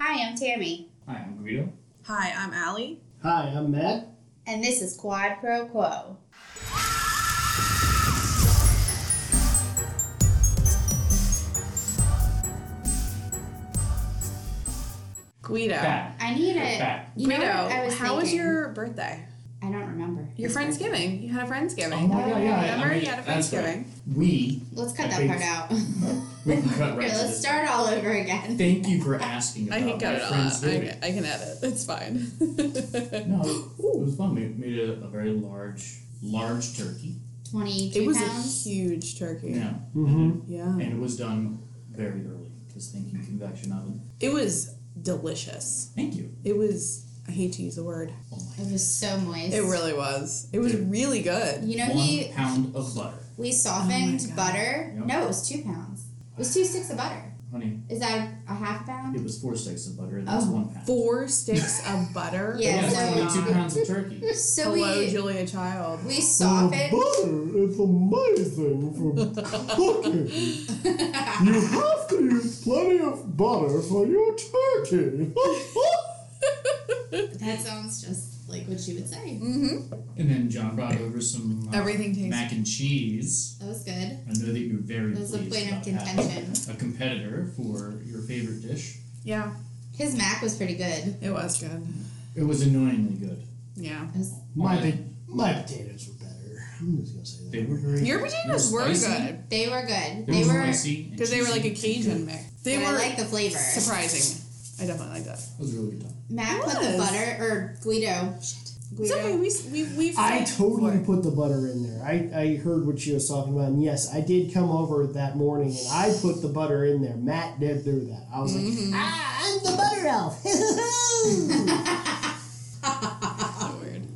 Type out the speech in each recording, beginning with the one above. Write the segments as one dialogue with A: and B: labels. A: Hi, I'm Tammy,
B: Hi, I'm Guido.
C: Hi, I'm Allie.
D: Hi, I'm Matt.
A: and this is Quad Pro Quo.
C: Guido.
B: Back.
A: I need
B: It's
A: a.
B: back.
A: You
C: Guido,
A: know what I was
C: how was
A: thinking?
C: your birthday?
A: I don't remember.
C: Your Friendsgiving. You had a Friendsgiving.
B: Oh my God, yeah, I- I
C: Remember
B: mean,
C: you had a
B: that's right.
C: Friendsgiving.
B: We
A: Let's cut
B: I
A: that
B: think-
A: part out.
B: we can cut right
A: okay,
B: to
A: let's
B: this.
A: start all over again.
B: Thank you for asking about
C: I can cut
B: my
C: it all
B: friend's
C: out. I
B: giving.
C: can, I can edit. It's fine.
B: No, it was fun. We made a, a very large, large turkey.
A: 22
C: it was
A: pounds.
C: a huge turkey.
B: Yeah,
D: Mm-hmm.
C: Yeah.
B: and it was done very early because thank you convection oven.
C: It was delicious.
B: Thank you.
C: It was, I hate to use the word.
B: Oh my.
A: It was so moist.
C: It really was. It was really good.
A: You know,
B: One
A: he
B: pound of butter,
A: we softened
C: Oh God.
A: butter.
B: Yep.
A: No, it was two pounds. It was two sticks of butter.
B: honey.
A: Is that a half pound?
B: It was four sticks of butter. and That's
A: Oh.
B: one pound.
C: Four sticks of butter.
A: Yeah,
C: Oh
A: so-
C: my
B: it's only two
C: God.
B: pounds of turkey.
A: So
C: Hello,
A: we
C: Julia Child.
A: we softened.
D: Uh, butter is amazing for cooking. you have to use plenty of butter for your turkey.
A: That sounds just like what she would say.
C: Mm-hmm.
B: And then John brought over some uh,
C: Everything tastes-
B: mac and cheese.
A: That was good.
B: I know that you're very
A: That was the
B: pleased
A: point of
B: about having
A: contention.
B: a competitor for your favorite dish.
C: Yeah,
A: His mac was pretty good.
C: it was good.
B: It was annoyingly good.
C: Yeah.
A: It was
D: my po- my potatoes were better. I'm just gonna say that.
B: They were very
C: Your potatoes
B: They're
C: were
B: spicy.
C: good
A: They were good.
B: they
A: They
B: were
A: were,
B: spicy and
C: because they were like a
B: cheesy.
C: Cajun mix. They
A: but I
C: were
A: like the flavor.
C: surprising. I definitely like that.
B: It was really good. time.
A: Matt put the
C: Yes.
A: butter or Guido. Shit,
C: It's
A: Guido.
C: okay. We s- we we.
D: I totally put the butter in there. I, I heard what she was talking about, and yes, I did come over that morning and I put the butter in there. Matt did do that. I was like, ah, I'm the butter elf.
C: So weird.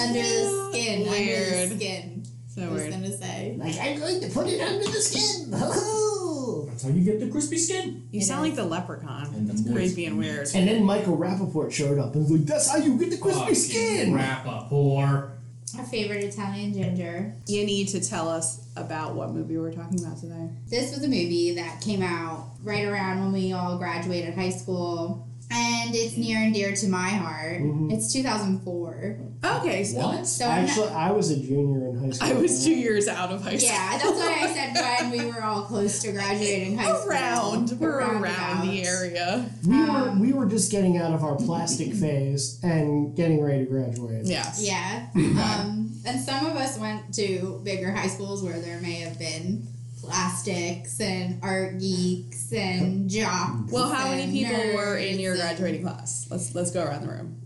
A: Under the skin. Under
C: Weird.
A: the skin. I
C: So
A: was
C: weird.
A: gonna say.
D: like I'm going to put it under the skin.
B: That's how you get the crispy skin.
C: You sound like the leprechaun.
B: And the
C: It's
B: moist-
C: creepy and weird.
D: and then Michael Rappaport showed up and was like, that's how you get the crispy
B: Fucking
D: skin.
B: Wrap up, whore.
A: Our favorite Italian ginger.
C: You need to tell us about what movie we're talking about today.
A: This was a movie that came out right around when we all graduated high school. And it's near and dear to my heart. It's 2004.
C: Okay. So
B: What?
A: So I'm not-
D: Actually, I was a junior in high school.
C: I was two years out of high school.
A: yeah, that's what I said when we were all close to graduating high school.
C: Around, we're around the
A: about.
C: area.
D: We were we were just getting out of our plastic phase and getting ready to graduate.
C: Yes.
A: Yeah. Um, and some of us went to bigger high schools where there may have been plastics and art geeks and jocks.
C: Well, how many
A: and
C: people were in
A: nerds
C: your
A: and-
C: graduating class? Let's let's go around the room.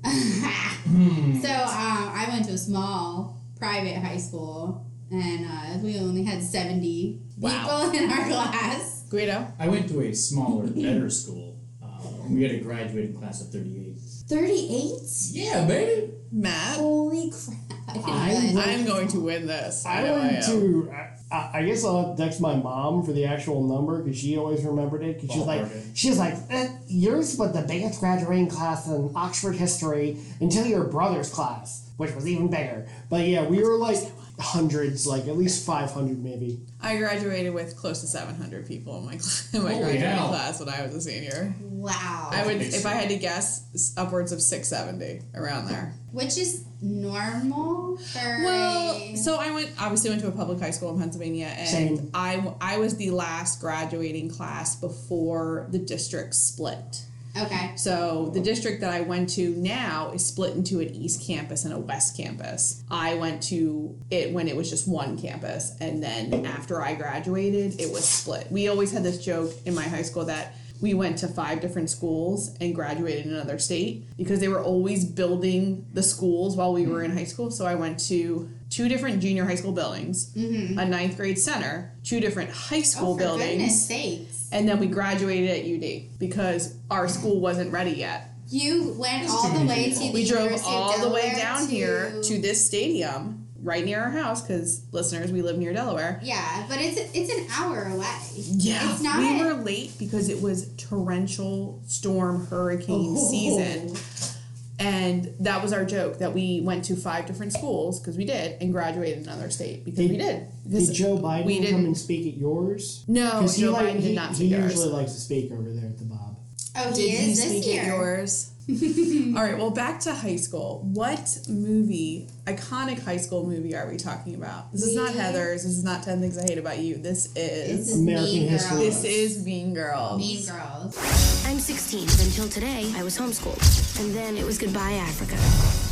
B: Hmm.
A: so um, I went to a small private high school, and uh, we only had 70
C: Wow.
A: people in our class.
C: Guido.
B: I went to a smaller, better school. Um, we had a graduating class of 38.
A: 38?
B: Yeah, baby.
C: Matt.
A: Holy crap. I didn't
D: I
A: realize
C: I'm going to win this.
D: I
C: know
D: went
C: am.
D: to. I, I guess I'll have to text my mom for the actual number because she always remembered it. Because she's like,
B: Ballpark it.
D: she's like, eh, yours was the biggest graduating class in Oxford history until your brother's class, which was even bigger. But yeah, we were like hundreds, like at least five hundred maybe.
C: I graduated with close to 700 people in my class, in my
B: Holy
C: graduating
B: hell.
C: class when I was a senior.
A: Wow.
C: I would,
B: That's
C: if I had to guess, s- upwards of 670 around there.
A: Which is normal for
C: Well,
A: a-
C: so I went obviously went to a public high school in Pennsylvania, and
D: Same.
C: I I was the last graduating class before the district split.
A: okay.
C: So the district that I went to now is split into an east campus and a west campus. I went to it when it was just one campus, and then after I graduated, it was split. We always had this joke in my high school that we went to five different schools and graduated in another state because they were always building the schools while we were in high school. So I went to two different junior high school buildings, a ninth grade center, two different high school
A: Mm-hmm. oh, for
C: buildings.
A: goodness sakes.
C: And then we graduated at UD because our school wasn't ready yet.
A: You went
B: That's
A: all
B: too
A: the
B: many
A: way to
B: people.
A: the
C: We drove
A: University of
C: all the way
A: Delaware
C: down here to this stadium right near our house because listeners, we live near Delaware.
A: yeah, but it's it's an hour away.
C: Yeah,
A: it's not.
C: we were late because it was torrential storm hurricane
A: Oh.
C: season. And that was our joke that we went to five different schools because we did and graduated in another state because
D: Did-
C: we did. Because
D: Did Joe Biden
C: we didn't-
D: come and speak at yours?
C: no, Joe
D: he, like,
C: Biden
D: he-
C: did not
D: he
C: speak ours.
D: usually likes to speak over there at the Bob.
A: Oh, he
C: Did you
A: is
C: speak
A: this year.
C: at yours? All right, well, back to high school. What movie, iconic high school movie, are we talking about? This is not
A: We-
C: Heather's. This is not 10 Things I Hate About You. This
A: this
C: is.
A: is
D: American
A: Mean
D: History.
A: Girls.
C: This is Mean Girls.
A: Mean Girls.
E: I'm 16, but until today, I was homeschooled. And then it was goodbye, Africa.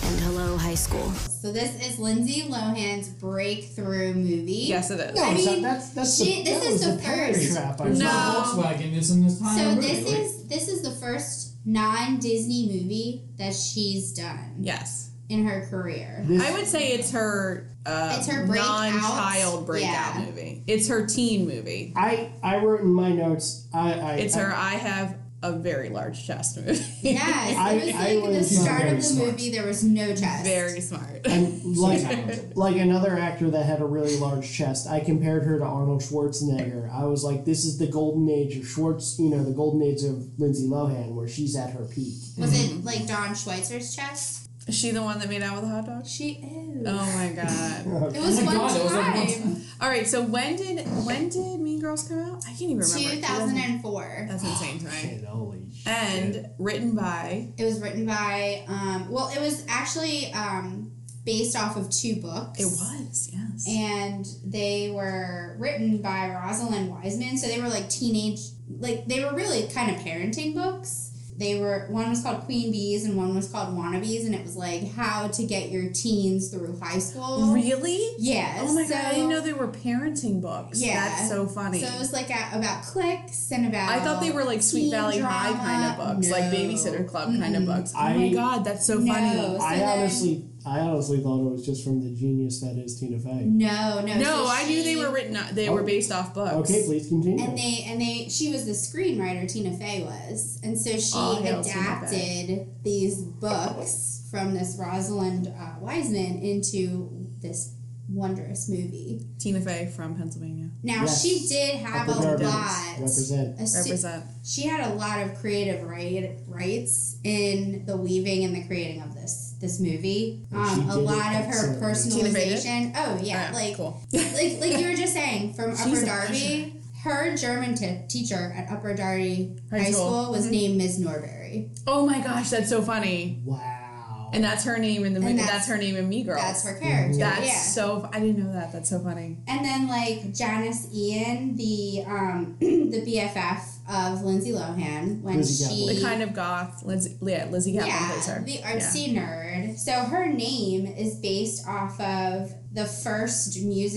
E: And hello, high school.
A: So this is Lindsay Lohan's breakthrough movie.
C: Yes, it is.
D: No,
A: I
D: it's
A: mean,
D: not, Oh, that's that's
A: she-
D: the,
A: this
D: that
A: is
D: was
A: the
D: the parent
A: first.
D: trap. I
B: There's
C: No.
B: no Volkswagen is in this time
A: So
B: movie.
A: this
B: like,
A: is this is the first non-Disney movie that she's done
C: Yes.
A: in her career.
D: This,
C: I would say it's her, uh,
A: It's her breakout.
C: non-child breakout
A: Yeah.
C: movie. It's her teen movie.
D: I I wrote in my notes. I I
C: It's
D: I,
C: her I have a very large chest movie.
A: Yes,
D: I-
A: it was
D: I
A: like the
D: was
A: start
B: very
A: of the
B: smart.
A: movie. There was no chest.
C: very smart.
D: And like
B: talented.
D: like another actor that had a really large chest, I compared her to Arnold Schwarzenegger. I was like, this is the golden age of Schwartz. You know, the golden age of Lindsay Lohan, where she's at her peak.
A: Was it like Don Schweitzer's chest?
C: Is she the one that made out with a hot dog?
A: She is.
C: Oh my god.
A: It was
B: Oh my
A: one
B: God, it was like one
A: time.
C: All right, so when did when did Mean Girls come out? I can't even remember.
A: 2004.
C: That's insane to me.
D: And holy shit.
C: And written by
A: It was written by, um, well, it was actually um, based off of two books.
C: it was yes.
A: And they were written by Rosalind Wiseman. So they were like teenage, like they were really kind of parenting books. They were, one was called Queen Bees and one was called Wannabes. And it was like how to get your teens through high school.
C: really?
A: Yes.
C: Oh my
A: so,
C: god! I didn't know they were parenting books.
A: Yeah.
C: that's so funny.
A: So it was like a, about clicks and about.
C: I thought they were like Sweet
A: teen
C: Valley High kind of
A: drama.
C: books, like
A: No.
C: Babysitter Club kind of
A: Mm-mm.
C: books. Oh my
D: I-
C: god, that's so
A: No.
C: funny.
D: I
A: then-
D: honestly I honestly thought it was just from the genius that is Tina Fey.
A: No, no.
C: No,
A: so
C: I knew they
A: she-
C: were written. uh, They
D: Oh.
C: were based off books.
D: Okay, please continue.
A: And they and they she was the screenwriter Tina Fey was, and so she
C: All hail Oh, Tina
A: adapted these books from this Rosalind uh, Wiseman into this wondrous movie.
C: Tina Fey from Pennsylvania.
A: Now
D: Yes.
A: she did have a
D: Represent.
A: lot.
D: Represent.
A: a su-
C: Represent.
A: she had a lot of creative right, rights in the weaving and the creating of this this movie.
C: Oh,
D: And she
A: Um, a
D: did it
A: lot of her
D: excellently.
C: Tina Fey did?
A: personalization. Oh yeah,
C: Alright,
A: like
C: cool.
A: like like you were just saying from Upper
C: She's a
A: Darby. Her German t- teacher at Upper Darby
C: High
A: High,
C: school. Mm-hmm.
A: School. was named Ms. Norberry.
C: Oh my gosh, that's so funny.
D: Wow.
C: And that's her name in the movie. That's,
A: that's-
C: her name in Me Girls.
A: That's her character.
C: That's
A: yeah.
C: so. fu- I didn't know that. That's so funny.
A: And then like Janice Ian, the um the BFF of Lindsay Lohan when
D: Lizzie Caplan.
A: she
C: The kind of goth, Lizzie, yeah, Lizzie Caplan plays her.
A: the artsy nerd. So her name is based off of the first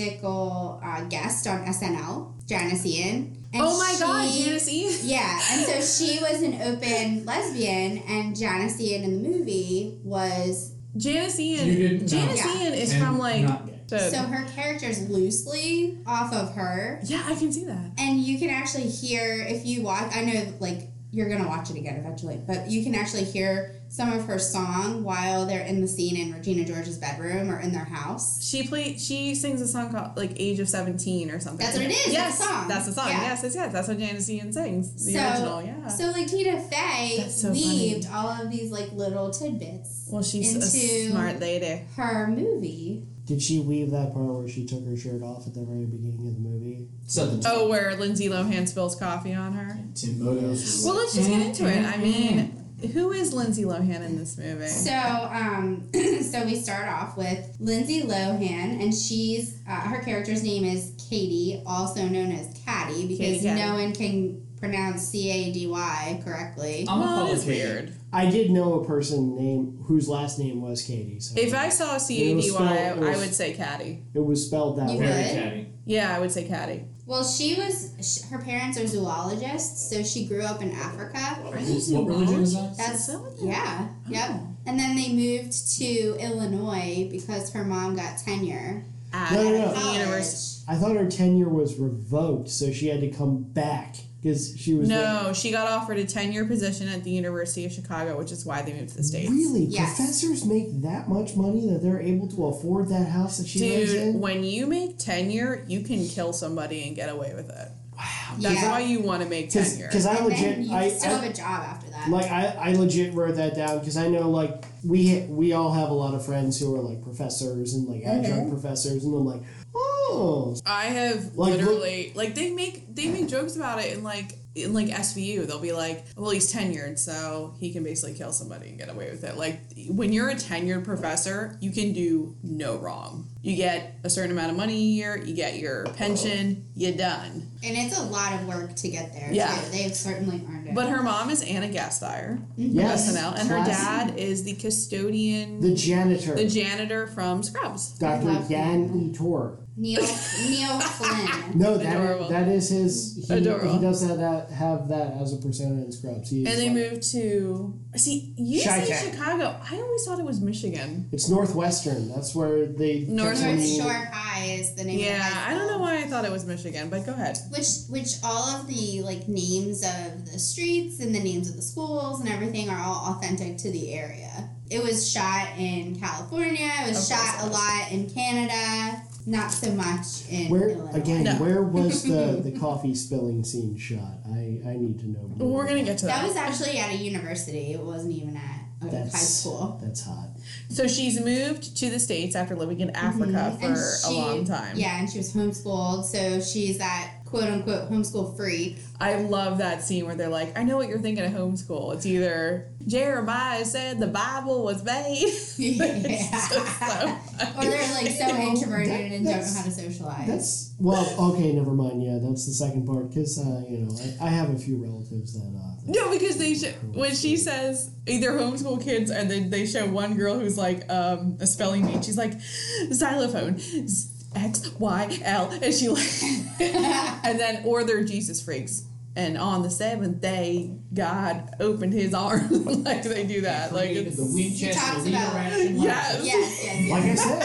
A: musical uh, guest on SNL, Janice Ian. And
C: oh my God,
A: she-
C: Janice E.
A: Yeah, and so she was an open lesbian, and Janice Ian in the movie was.
C: Janice
B: You
C: Ian.
B: didn't know.
C: Janice
A: Yeah.
C: Ian is
B: And
C: from like.
B: not gay.
C: the-
A: So her character's loosely off of her,
C: yeah, I can see that.
A: and you can actually hear if you watch. I know, like you're gonna watch it again eventually, but you can actually hear some of her song while they're in the scene in Regina George's bedroom or in their house.
C: She played. She sings a song called like "Age of 17 or something.
A: That's what it is,
C: Yes,
A: that song.
C: that's the song.
A: Yeah.
C: Yes, yes, yes. That's what Janice Ian sings. The
A: So-
C: original. Yeah.
A: So like Tina Fey
C: That's so
A: weaved all of these like little tidbits
C: well, she's a
A: into-
C: smart lady.
A: her movie.
D: Did she leave that part where she took her shirt off at the very beginning of the movie?
B: Southern
C: Oh, where Lindsay Lohan spills coffee on her.
B: Tim Motos.
C: Well, let's just get into it. I mean, who is Lindsay Lohan in this movie?
A: So, um, so we start off with Lindsay Lohan, and she's uh, her character's name is Katie, also known as Caddy, because
C: Katie Caddy.
A: no one can pronounce C A D Y correctly.
B: I'm
C: well,
B: a
C: that is
B: Katie.
C: weird.
D: I did know a person named whose last name was Katie. So
C: If I saw C A D Y,
D: It was spelled-
C: I would say caddy.
D: it was spelled that
A: You
D: way.
B: Very
A: Good.
B: catty.
C: Yeah, I would say caddy.
A: Well, she was sh- her parents are zoologists, so she grew up in Africa.
B: What religion is that?
A: That's
C: that what they-
A: yeah, yep. And then they moved to Illinois because her mom got tenure
C: At
D: No, no, no.
C: the
A: college.
C: university.
D: I thought her tenure was revoked, so she had to come back because she was there.
C: No, she got offered a tenure position at the University of Chicago, which is why they moved to the states.
D: Really,
A: Yes.
D: professors make that much money that they're able to afford that house that she lives
C: Dude,
D: in.
C: when you make tenure, you can kill somebody and get away with it. That's
A: Yeah.
C: why you want to make tenure.
D: Because I
A: And then
D: legit,
A: you
D: I,
A: still
D: I
A: have a job after that.
D: like I, I legit wrote that down because I know like we we all have a lot of friends who are like professors and like
C: Mm-hmm.
D: adjunct professors, and I'm like, oh,
C: I have
D: Like, look-
C: literally like they make they make jokes about it in like in like SVU, they'll be like, well, he's tenured, so he can basically kill somebody and get away with it. Like, when you're a tenured professor, you can do no wrong. You get a certain amount of money a year, you get your pension, you're done.
A: And it's a lot of work to get there.
C: Yeah.
A: too. they've certainly earned it.
C: But her mom is Anna Gasteyer,
D: Mm-hmm. Yes.
C: SNL, and her
D: Classy.
C: dad is the custodian,
D: The janitor.
C: the janitor from Scrubs.
D: Dr.
A: Love
D: Yan
A: him.
D: E. Tor.
A: Neil Neil Flynn.
D: No, that
C: Adorable.
D: that is his. He,
C: Adorable.
D: he does that, that have that as a persona in Scrubs. He is
C: And they
D: like-
C: moved to see you say
D: Chi-Town.
C: Chicago. I always thought it was Michigan.
D: It's Northwestern. That's where they.
C: Northwest
A: North
D: Northwestern.
A: Shore High is the name. of the
C: Yeah,
A: high
C: I don't know
A: school.
C: why I thought it was Michigan, but go ahead.
A: Which which all of the like names of the streets and the names of the schools and everything are all authentic to the area. It was shot in California. It was
C: Of course
A: shot
C: it
A: a
C: was.
A: lot in Canada. Not so much in
D: Where
A: Illinois.
D: again?
C: No.
D: Where was the the coffee spilling scene shot? I I need to know.
C: Well,
D: More.
C: we're gonna get to that.
A: That was actually at a university. It wasn't even at a
D: That's
A: high school.
D: That's hot.
C: so she's moved to the states after living in Africa
A: Mm-hmm.
D: Mm-hmm.
A: And
C: for a
A: she-
C: long time.
A: Yeah, and she was homeschooled, so she's that quote unquote homeschool freak.
C: I love that scene where they're like, "I know what you're thinking of homeschool. It's either Jeremiah said the Bible was made."
A: yeah.
C: so slow.
A: or they're like so introverted and don't know
D: that's-
A: how to socialize.
D: That's well. Okay, never mind. Yeah, that's the second part. Cause uh, you know, I, I have a few relatives that. Uh,
C: No, because they show, when she says either homeschool kids and then they show one girl who's like um, a spelling bee. She's like xylophone, z- X Y L, and she like, and then or they're Jesus freaks. And on the seventh day, God opened His arm. like they do that. Like
B: Created
C: it's
B: the Winchester
A: talks
B: leader
A: about-
B: action line.
C: yes.
A: yes, yes, yes.
D: like I said,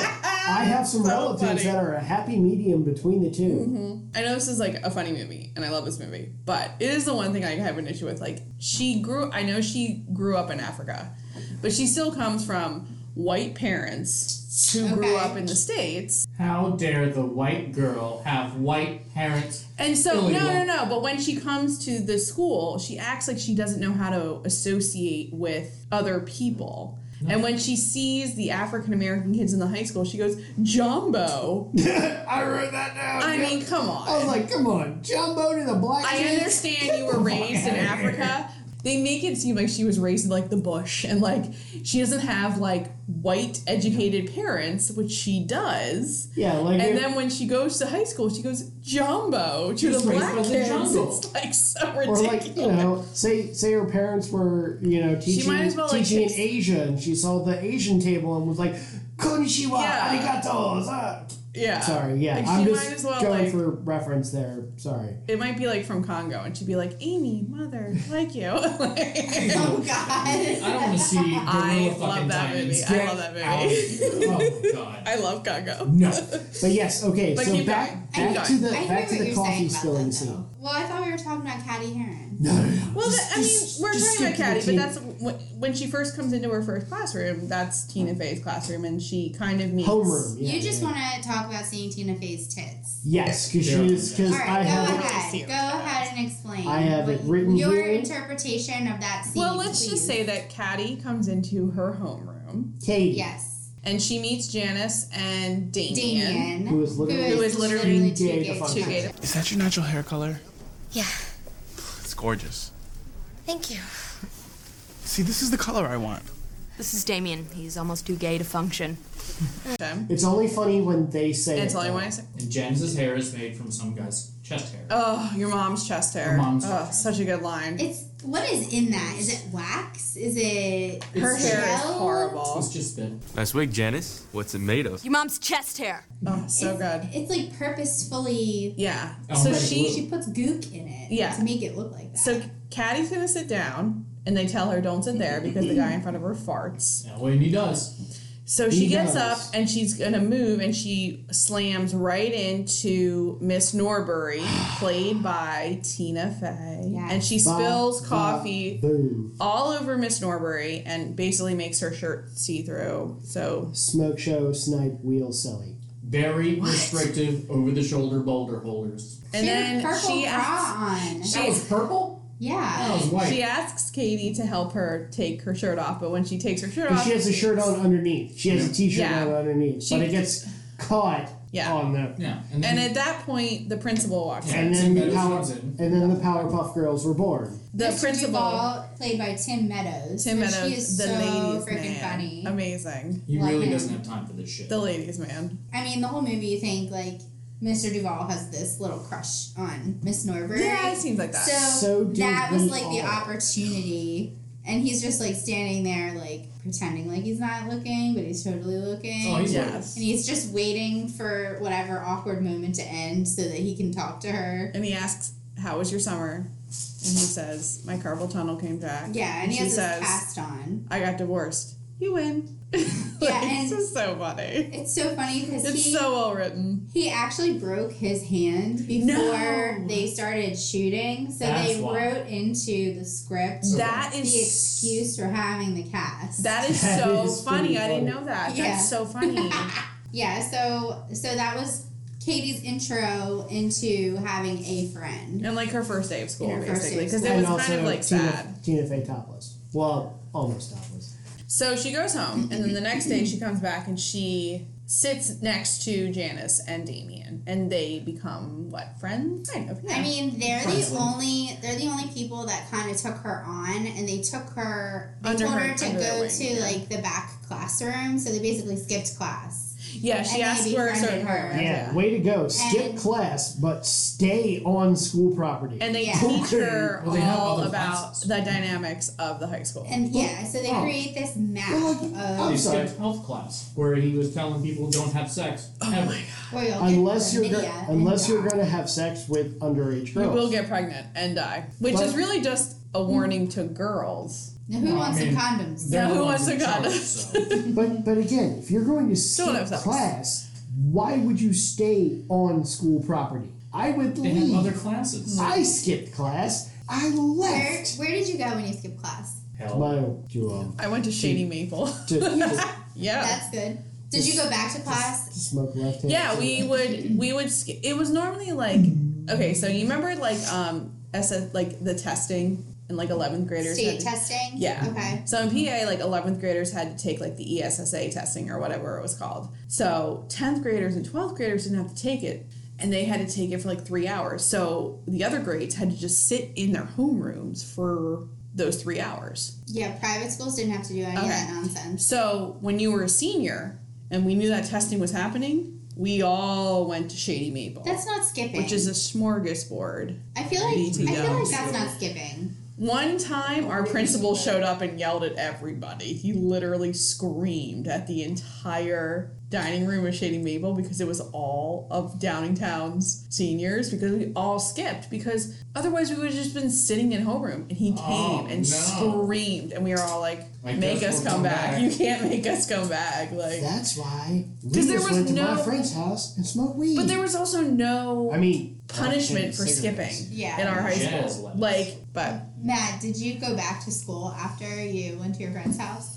D: I have some
C: So
D: relatives
C: funny. Mm-hmm.
D: that are a happy medium between the 2
C: I know this is like a funny movie and I love this movie, but it is the one thing I have an issue with. Like she grew I know she grew up in Africa, but she still comes from white parents who
A: Okay.
C: grew up in the States.
B: How dare the white girl have white parents?
C: And so no
B: Illegal.
C: no no, but when she comes to the school, she acts like she doesn't know how to associate with other people. And when she sees the African American kids in the high school, she goes, Jumbo.
D: I wrote that down.
C: I mean, come on.
D: I was like, come on, jumbo to the black.
C: I
D: kids.
C: understand you were raised in Africa. They make it seem like she was raised in like the bush and like she doesn't have like white educated parents, which she does.
D: Yeah, like
C: And
D: it-
C: then when she goes to high school, she goes jumbo to the
B: was raised
C: black
B: by the
C: kids.
B: jungle.
C: It's like so
D: or
C: ridiculous.
D: like you know, say say her parents were you know teaching
C: might as well, like,
D: teaching
C: fix-
D: in Asia, and she saw the Asian table and was like, "Konnichiwa,
C: Yeah.
D: arigato." ah."
C: yeah.
D: Sorry, yeah,
C: Like,
D: I'm
C: she
D: just
C: might as well
D: going
C: like
D: for reference there. Sorry.
C: it might be like from Congo, and she'd be like, "Amy, mother, like you." Like-
A: Oh god.
B: I don't want to see. Gorilla
C: I love
B: fucking
C: that
B: diamonds.
C: movie. I
B: Get
C: love that movie.
B: out of here. Oh my god.
C: I love Congo.
B: No.
D: But yes, okay.
C: But
D: so
C: keep
D: back
C: going.
D: back
C: Keep
D: to the
A: I hear
D: back
A: what
D: to the
A: you're
D: coffee
A: saying about
D: spilling
A: that,
D: scene.
A: though. Well, I thought we were talking about Caddy Heron.
D: No, no, no.
C: Well, that, I mean,
D: just-
C: we're
D: just
C: talking about
D: stick
C: Caddy,
D: to
C: but
D: the
C: that's wh- when she first comes into her first classroom. That's Tina Fey's classroom, and she kind of meets
D: homeroom. Yeah,
A: you just
D: yeah.
A: want to talk about seeing Tina Fey's tits.
D: yes, because
B: Yeah.
D: she is because
A: All right,
D: I
A: go
D: have
A: ahead. Go ahead and explain.
D: I have
A: what
D: it written
A: Your
D: here.
A: interpretation of that scene.
C: Well, let's
A: please.
C: just say that Caddy comes into her homeroom,
D: Katie,
A: yes,
C: and she meets Janice and Damien.
A: Damien,
D: who is literally
C: Who is literally
A: two
D: gay to
A: gay
D: fuck.
C: Two
A: to
C: gay-
F: Is that your natural hair color?
E: Yeah,
F: It's gorgeous.
E: thank you.
F: See, this is the color I want.
G: This is Damien. He's almost too gay to function.
C: them.
D: It's only funny when they say.
C: That's
D: it,
C: all I
D: though.
C: want to say.
B: And Janice's hair is made from some guy's chest hair.
C: Oh, your mom's chest hair.
B: Her mom's
C: oh,
B: chest hair.
C: such a good line.
A: It's what is in that? Is it wax? Is it
C: her hair is
A: gel?
C: horrible.
B: It's just been.
H: Nice wig, Janice. What's it made of?
G: Your mom's chest hair.
C: Oh, so good.
A: It's like purposefully.
C: Yeah.
B: Oh,
C: so
B: my
C: she
B: God.
A: She puts gook in it.
C: Yeah.
A: To make it look like that.
C: So Caddy's gonna sit down, and they tell her don't sit there because the guy in front of her farts.
B: Now, when he does,
C: So she
D: He
C: gets
D: does.
C: up and she's gonna move and she slams right into Miss Norbury, played by Tina Fey.
A: Yes.
C: And she
D: Ba-
C: spills
D: ba-
C: coffee
D: Boom.
C: all over Miss Norbury and basically makes her shirt see through. So
D: Smoke show, snipe, wheel, selly.
B: very restrictive over the shoulder boulder holders.
C: and
A: she had a
C: then
A: purple
C: she Oh,
A: bra
C: asks
A: on.
B: That was purple? That
A: yeah.
B: was white.
C: she asks Katie to help her take her shirt off, but when she takes her shirt
D: But
C: off
D: she has a shirt on underneath. She has a t-shirt
C: Yeah.
D: on underneath,
C: She-
D: but it gets caught
C: Yeah.
D: on that.
B: Yeah.
C: and at that point, the principal walks
B: Yeah.
C: in.
D: And then the
B: Meadows
D: Power,
B: comes in.
D: and then the Powerpuff Girls were born.
C: The
A: Mr.
C: principal,
A: Duval, played by Tim Meadows.
C: Tim
A: which
C: Meadows,
A: he is
C: the
A: so
C: ladies'
A: freaking
C: man, Um,
A: funny.
C: amazing.
B: He
A: Like
B: really
A: him.
B: doesn't have time for this shit.
C: The ladies' man.
A: I mean, the whole movie, you think like Mr. Duval has this little crush on Miss Norbury.
C: Yeah, it seems like that.
A: So,
D: So do
A: that was
D: we
A: like the
D: all.
A: opportunity, and he's just like standing there, like pretending like he's not looking, but he's totally looking.
B: oh, he's
C: yes.
A: and he's just waiting for whatever awkward moment to end so that he can talk to her.
C: And he asks, "How was your summer?" And he says, "My carpal tunnel came back."
A: Yeah, and he
C: she
A: has
C: says,
A: this cast on.
C: "I got divorced." You win.
A: Yeah,
C: it's
A: and-
C: just so funny.
A: It's so funny because
C: It's
A: he
C: so well written.
A: he actually broke his hand before
C: No.
A: they started shooting, so
B: That's
A: they
B: why.
A: wrote into the script
C: That
A: the
C: is
A: excuse for having the cast.
C: That is
D: That
C: so
D: is
C: funny.
D: pretty
C: I didn't
D: funny.
C: know that.
A: Yeah.
C: That's so funny.
A: yeah, so so that was Katie's intro into having a friend.
C: and like her first day of school,
A: And her first day
C: basically,
A: of
C: because it
D: and
C: was
D: also
C: kind of like
D: Tina,
C: sad.
D: Tina Fey topless. Well, almost topless.
C: So she goes home, and then the next day she comes back and she sits next to Janice and Damien, and they become what friends? Kind of. yeah.
A: I mean, they're the
D: Friendly.
A: only they're the only people that kind of took her on, and they took her. They
C: Under
A: told
C: her-
A: her to
C: under their
A: go
C: wing,
A: to
C: yeah.
A: like the back classroom, so they basically skipped class.
C: yeah.
A: and
C: She
A: they
C: asked for a
A: befriended
C: certain
A: her.
C: her.
D: Yeah, way to go. Skip
A: And-
D: class, but stay on school property.
C: And they
A: Yeah.
C: teach her
B: Well, they have
C: all
B: other
C: about
B: classes.
C: the dynamics of the high school.
A: And yeah, so they
D: oh.
A: create this map
D: I'm
B: He
A: of.
D: sorry.
B: skipped health class where he was telling people don't have sex. Oh my god.
A: Well, you'll get
D: unless you're
A: chlamydia
D: go-
A: and
D: unless you're
A: die.
D: going to have sex with underage
C: you
D: girls.
C: will get pregnant and die, which
D: But-
C: is really just a
A: Mm-hmm.
C: warning to girls.
A: Now, who
B: Well, I
A: wants
B: mean,
A: some condoms?
B: They're
C: who
B: the ones
C: wants
B: in
C: a
B: charge,
C: condom?
B: so.
D: But but again, if you're going to
C: have
D: skip
C: sex.
D: class, why would you stay on school property? I would
B: They have
D: leave.
B: other classes.
D: I skipped class. I
A: Where,
D: left.
A: where did you go when you skipped class?
B: Hell.
D: My to um
C: I went to Shady Maple.
D: to, to,
C: yeah.
A: That's good. Did you go back to
D: to
A: class?
D: smoke left hand.
C: Yeah, we would we would sk- it was normally like okay, so you remember like um SS like the testing and like 11th graders
A: State
C: had to-
A: testing?
C: Yeah.
A: Okay.
C: So in PA like 11th graders had to take like the E ESSA testing or whatever it was called. So 10th graders and 12th graders didn't have to take it and they had to take it for like 3 hours. So the other grades had to just sit in their homerooms for those 3 hours.
A: Yeah, private schools didn't have to do any of that nonsense.
C: So when you were a senior and we knew that testing was happening, we all went to Shady Maple,
A: That's not skipping.
C: which is a smorgasbord.
A: I feel like I feel
C: BTO.
A: like that's not skipping.
C: One time, our principal showed up and yelled at everybody. He literally screamed at the entire dining room of Shady Maple because it was all of Downingtown's seniors because we all skipped because otherwise we would have just been sitting in homeroom. And he came
B: Oh,
C: and
B: no.
C: screamed, and we were all like,
B: Like,
C: "Make
B: guess
C: us
B: we'll come
C: come back.
B: back."
C: You can't make us come back!" Like
D: That's why we
C: 'Cause
D: just
C: there was
D: went to
C: no-
D: my friend's house and smoked weed.
C: But there was also no
D: I mean,
C: punishment for
B: cigarettes.
C: skipping
A: Yeah.
C: in our high
B: Jazz
C: school.
B: lessons.
C: Like, but
A: Matt, did you go back to school after you went to your friend's house?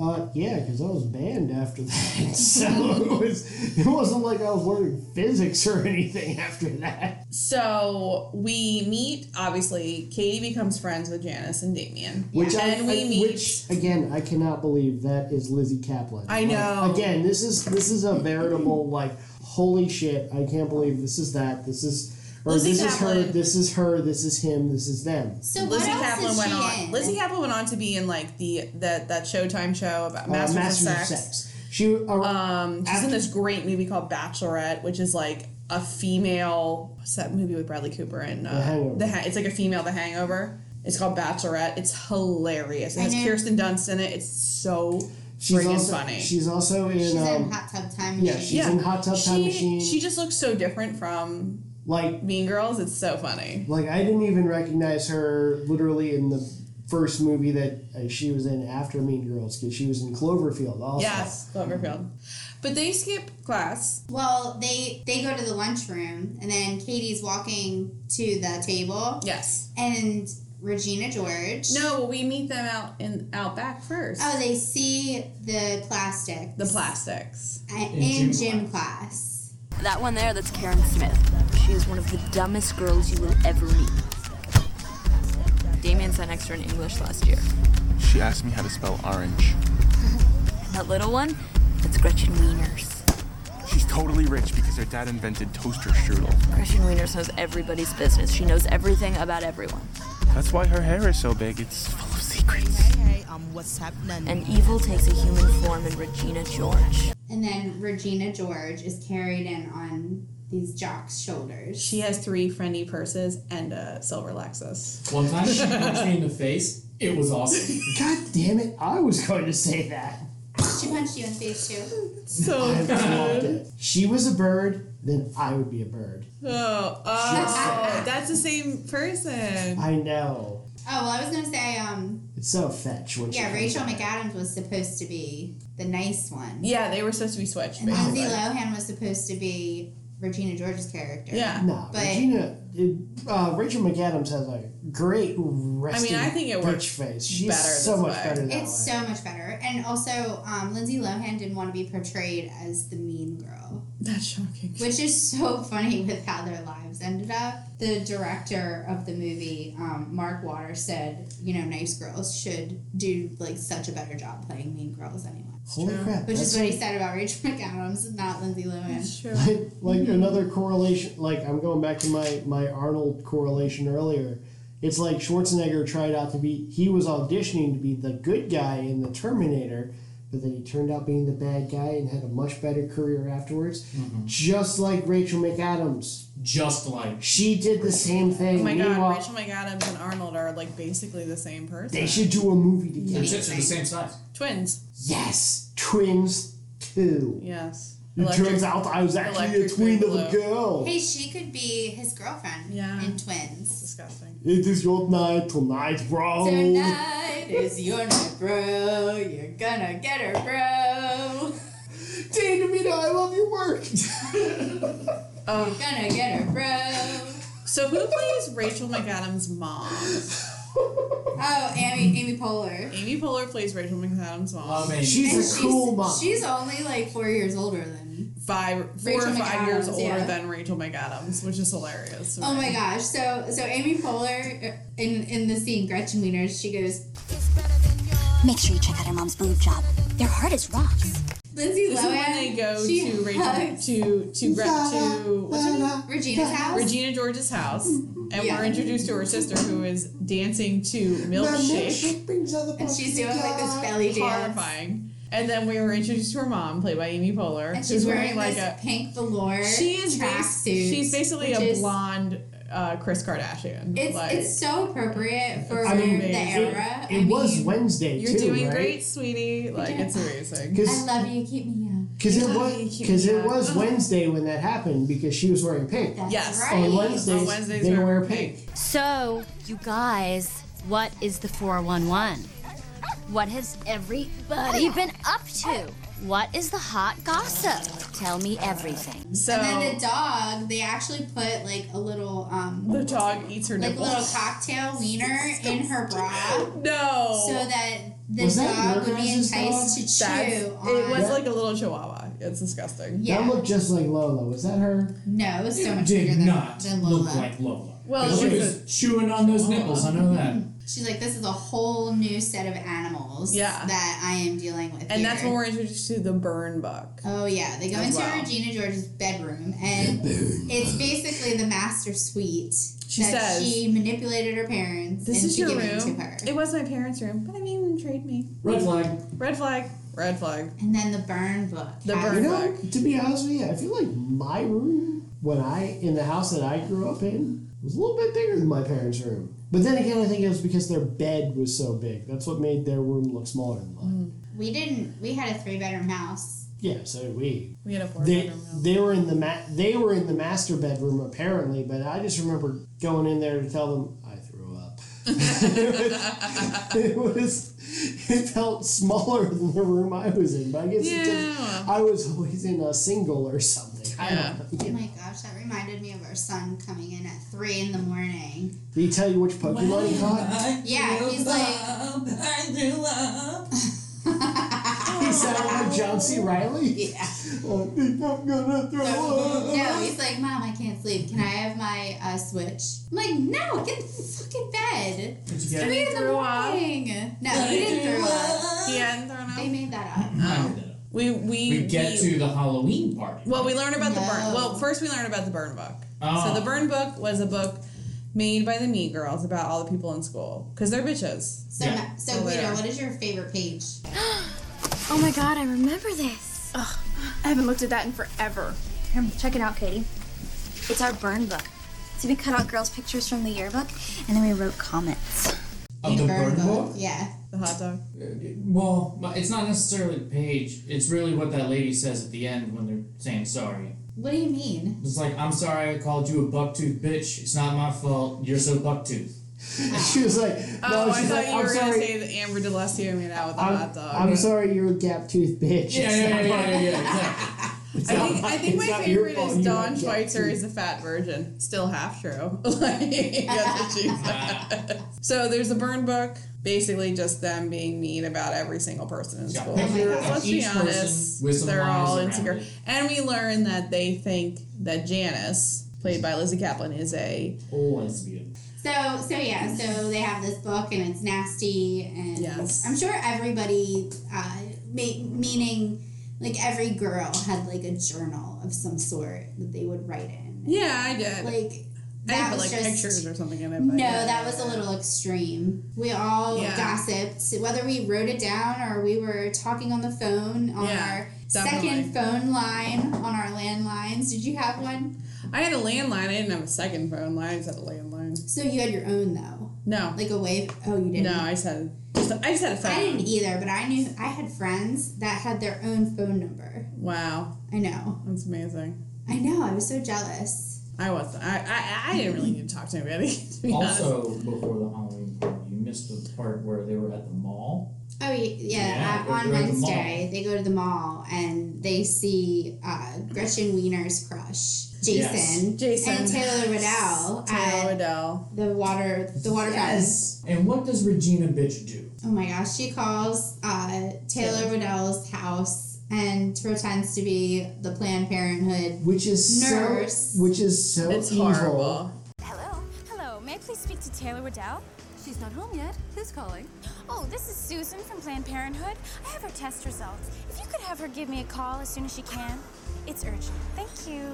D: uh, yeah, because I was banned after that, so it was it wasn't like I was learning physics or anything after that.
C: so we meet. Obviously, Katie becomes friends with Janice and Damien.
D: Which I,
C: And we
D: I-
C: meet-
D: which again, I cannot believe that is Lizzie Kaplan.
C: I know.
D: again, this is this is a veritable like, holy shit! I can't believe this is that. This is. Or
C: Lizzie
D: this is her.
C: Kaplan.
D: This is her. This is him. This is them.
A: So
C: Lizzie
A: what else
C: Kaplan
A: is
C: went
A: she
C: on.
A: in?
C: Lizzie Kaplan went on to be in like the that that Showtime show about
D: Uh,
C: Masters,
D: Masters
C: of Sex.
D: She. Uh,
C: Um, she's in this great movie called Bachelorette, which is like a female. What's that movie with Bradley Cooper and uh,
D: Hangover.
C: the ha- it's like a female The Hangover. It's called Bachelorette. It's hilarious. It
A: I
C: has
A: know.
C: Kirsten Dunst in it. It's so
D: she's
C: friggin'
D: also,
C: funny.
D: She's also in.
A: She's
D: um,
A: in hot tub time.
D: yeah,
A: Machine.
D: she's in Hot Tub Time
C: she,
D: Machine.
C: She just looks so different from
D: like
C: Mean Girls. It's so funny.
D: like I didn't even recognize her literally in the first movie that uh, she was in after Mean Girls because she was in Cloverfield also.
C: Yes, Cloverfield. But they skip class.
A: Well, they they go to the lunchroom, and then Katie's walking to the table,
C: Yes.
A: and Regina George.
C: No, but we meet them out in out back first.
A: Oh, they see the plastic.
C: the plastics.
A: I- in, gym,
B: In gym
A: class.
G: That one there, that's Karen Smith.
E: She is one of the dumbest girls you will ever meet.
G: Damien sat next to her in English last year.
F: She asked me how to spell orange.
G: And that little one, that's Gretchen Wieners.
E: She's
F: totally rich because her dad invented toaster strudel.
G: Gretchen Wieners knows everybody's business. She knows everything about everyone.
F: That's why her hair is so big. It's full of secrets.
I: Hey, um, what's happening?
G: And evil takes a human form in Regina George.
A: And then Regina George is carried in on these jocks' shoulders.
C: She has three friendly purses and a silver Lexus.
B: One time she punched me in the face. It was awesome.
D: God damn it! I was going to say that.
A: She punched you in the face too.
C: So
D: uh, Loved it. She was a bird, then I would be a bird.
C: Oh, oh, that's the same person.
D: I know.
A: Oh well, I was gonna say, um,
D: It's so fetch. When she
A: yeah,
D: comes
A: Rachel
D: back.
A: McAdams was supposed to be the nice one,
C: Yeah, they were supposed to be switched.
A: and Lindsay
C: basically.
A: Lohan was supposed to be Regina George's character.
C: Yeah.
D: No,
A: But-
D: Regina. It, uh, Rachel McAdams has a great resting.
C: I think it
D: bitch
C: works
D: face. She's
C: better
D: so
C: this
D: much
C: way.
D: better that
A: It's
D: way.
A: so much better. And also, um, Lindsay Lohan didn't want to be portrayed as the mean girl,
C: That's shocking.
A: which is so funny with how their lives ended up. The director of the movie, um, Mark Waters, said, you know, nice girls should do like such a better job playing mean girls anyway.
D: Holy crap!
A: Which
D: that's
A: is what he said about Rachel McAdams, not Lindsay Lohan.
C: Sure.
D: like, like another correlation like i'm going back to my my arnold correlation earlier it's like schwarzenegger tried out to be he was auditioning to be the good guy in the terminator but then he turned out being the bad guy and had a much better career afterwards just like rachel mcadams
B: Just like
D: she did the same thing
C: Oh my
D: Meanwhile,
C: god, Rachel McAdams and Arnold are like basically the same person.
D: they should do a movie
B: their
D: together
B: tits are the same size.
C: Twins.
D: yes twins two
C: Yes.
D: it turns out i was actually a
C: Electric
D: twin of a
C: Boogaloo.
D: girl
A: Hey, she could be his girlfriend
C: Yeah.
A: in Twins.
C: Disgusting.
D: it is your night tonight bro
A: Tonight is your night, bro. You're gonna get her, bro.
D: Dane DeVito, I love your work.
A: You're gonna get her, bro.
C: So who plays Rachel McAdams' mom?
A: Oh, Amy, Amy Poehler.
C: Amy Poehler plays Rachel McAdams' mom.
B: I mean,
D: She's
A: And
D: a cool mom.
A: She's only like four years older than.
C: Five, four
A: Rachel
C: or five
A: McAdams,
C: years older
A: yeah.
C: than Rachel McAdams, which is hilarious. to
A: Oh
C: me.
A: my gosh! So so Amy Poehler uh, in in the scene Gretchen Wieners she goes
E: Make sure you check out her mom's boob job. They're hard as rocks.
A: Lindsay
C: This is
A: Lohan.
C: when they go
A: she
C: to Rachel
A: hugs
C: to to Gre- to what's her name?
A: Regina's house.
C: Regina George's house, and
A: Yeah.
C: we're introduced to her sister who is dancing to Milkshake.
D: brings other
A: and she's doing like
D: Oh
A: this belly dance.
C: Horrifying. And then we were introduced to her mom, played by Amy Poehler,
A: And
C: who's
A: she's wearing,
C: like
A: this
C: a
A: pink velour.
C: she is bas-
A: tracksuit.
C: she's basically
A: which
C: a
A: is-
C: blonde uh, Chris Kardashian.
A: It's
C: like,
A: it's so appropriate for
D: I mean,
A: the
D: it,
A: era.
D: it
A: I
D: was
A: mean,
D: Wednesday
C: you're
D: too,
C: doing
D: right?
C: great, sweetie. Like it's amazing.
A: I
D: Because
A: love you. Keep me young.
D: it
C: Yeah,
D: was
C: you keep
D: because
C: me
D: it
C: up.
D: was Wednesday when that happened because she was wearing pink.
A: That's
C: Yes.
A: right.
D: On Wednesdays,
C: On Wednesdays
D: they
C: we're
D: wear
C: pink.
D: pink.
J: So, you guys, what is the 411? What has everybody been up to? What is the hot gossip? Tell me everything.
C: So
A: And then the dog, they actually put like a little um
C: the dog eats her
A: like a
C: nipple.
A: little cocktail wiener in her bra
C: no,
A: so that the
D: Oh. Was that
A: dog
D: your
A: would be
D: guys'
A: enticed to
C: That's-
A: chew on
C: it was like a little chihuahua. It's disgusting.
A: yeah.
D: That looked just like Lola. Was that her?
A: no, it was so much bigger
B: did
A: than,
B: not
A: than Lola.
B: look like Lola.
C: Well,
B: But she
C: it
B: was chewing on those nipples. I know that.
A: She's like, this is a whole new set of animals
C: Yeah.
A: that I am dealing with.
C: And that's
A: here."
C: when we're introduced to the burn book.
A: Oh yeah, they go
C: As
A: into
C: well.
A: Regina George's bedroom, and it's basically the master suite
C: She
A: that
C: says,
A: she manipulated her parents
C: This
A: into
C: is your
A: giving
C: room.
A: to her.
C: It was my parents' room, but I mean, trade me.
B: Red flag.
C: Red flag. Red flag.
A: and then the burn book.
C: The
A: has-
C: burn
D: You know,
C: Perfect.
D: to be honest with you, I feel like my room when I in the house that I grew up in was a little bit bigger than my parents' room. But then again, I think it was because their bed was so big. That's what made their room look smaller than mine.
A: We didn't. We had a three bedroom house.
D: Yeah, so did we.
C: We had a four
D: They
C: bedroom room.
D: they were in the ma- they were in the master bedroom apparently, but I just remember going in there to tell them I threw up. it was it felt smaller than the room I was in, but I guess it's just,
C: Yeah.
D: I was always in a single or something. I
C: Yeah.
D: don't know.
A: Oh my gosh, that reminded me of our son coming in at three in the morning.
D: Did he tell you which Pokemon he caught?
A: Yeah, he's like,
D: He sounded like John C. Riley.
A: yeah.
D: I think I'm gonna throw up.
A: No, he's like, Mom, I can't sleep. Can I have my uh, Switch? I'm like, No, get in the fucking bed.
B: Did you
A: It's
B: get
A: three in the
C: threw up.
A: morning. No, he didn't throw up.
C: He hadn't thrown
A: They
C: up.
A: made that up.
B: I did that.
C: We we,
B: We get
C: we-
B: to the Halloween party.
C: Well, we learn about the burn.
A: No.
C: Well, first we learn about the burn book.
B: Ah.
C: So the burn book was a book made by the Mean Girls about all the people in school because they're bitches.
A: So,
B: Yeah.
A: Ma- so
C: Oh,
A: Guido,
C: there.
A: what is your favorite page?
E: Oh my god, I remember this.
I: I haven't looked at that in forever.
E: Here, check it out, Katie. It's our burn book. So we cut out girls' pictures from the yearbook and then we wrote comments.
B: of the burn book?
A: Yeah.
C: The hot dog.
B: Well, my- it's not necessarily the page. It's really what that lady says at the end when they're saying sorry.
A: What do you mean?
B: It's like, I'm sorry I called you a bucktooth bitch. It's not my fault. You're so bucktooth.
D: she was like,
C: Oh,
D: no,
C: I
D: she's
C: thought
D: like,
C: you
D: I'm
C: were
D: sorry.
C: gonna say that Amber Delesio made out with a hot
D: I'm,
C: dog.
D: I'm sorry, you're a gap tooth bitch.
B: Yeah, yeah, yeah, yeah, yeah, yeah exactly.
C: I think, I think
D: It's
C: my
D: not your
C: favorite
D: fault
C: is
D: you
C: Don
D: don't get
C: Schweitzer
D: to.
C: is a fat virgin. Still half true. Like, that's what she said. So there's a burn book, basically just them being mean about every single person in
B: Yeah,
C: school.
B: picture
A: of
C: Let's be
B: each person
C: honest,
B: with some
C: they're
B: lies
C: all
B: around
C: insecure.
B: it.
C: And we learn that they think that Janice, played by Lizzie Kaplan, is a
B: Oh, lesbian.
A: So so yeah, so they have this book and it's nasty and
C: Yes.
A: I'm sure everybody uh ma- meaning like every girl had like a journal of some sort that they would write in.
C: yeah, I did.
A: Like
C: I
A: that
C: put
A: was
C: like
A: just
C: pictures or something in it.
A: no,
C: but yeah.
A: that was a little extreme. We all
C: Yeah.
A: gossiped, whether we wrote it down or we were talking on the phone on
C: Yeah,
A: our
C: definitely.
A: second phone line on our landlines. Did you have one?
C: I had a landline. I didn't have a second phone line. I just had a landline.
A: So you had your own though,
C: No,
A: like a wave. Oh, you didn't.
C: no, I just had just I just had a phone.
A: I didn't either, but I knew I had friends that had their own phone number.
C: Wow,
A: I know.
C: that's amazing.
A: I know. I was so jealous.
C: I was I, I I didn't really need to talk to anybody. To be honest.
B: Also, before the Halloween party, you missed the part where they were at the mall.
A: Oh y- yeah,
B: Yeah,
A: uh, on
B: they're at the mall.
A: Wednesday they go to the mall and they see uh, Gretchen Wiener's crush, Jason,
C: Jason.
A: and Taylor Waddell
C: Taylor
A: at
C: Waddell.
A: the water the water
B: And what does Regina Bitch do?
A: fountain. Oh my gosh, she calls uh, Taylor Waddell's house and pretends to be the Planned Parenthood.
D: Which is
A: Nurse.
D: so. Which is so
C: It's
D: evil.
C: horrible.
J: Hello.
I: Hello, may I please speak to Taylor Waddell?
J: She's not home yet. Who's calling?
I: Oh, this is Susan from Planned Parenthood. I have her test results. If you could have her give me a call as soon as she can. It's urgent. Thank you.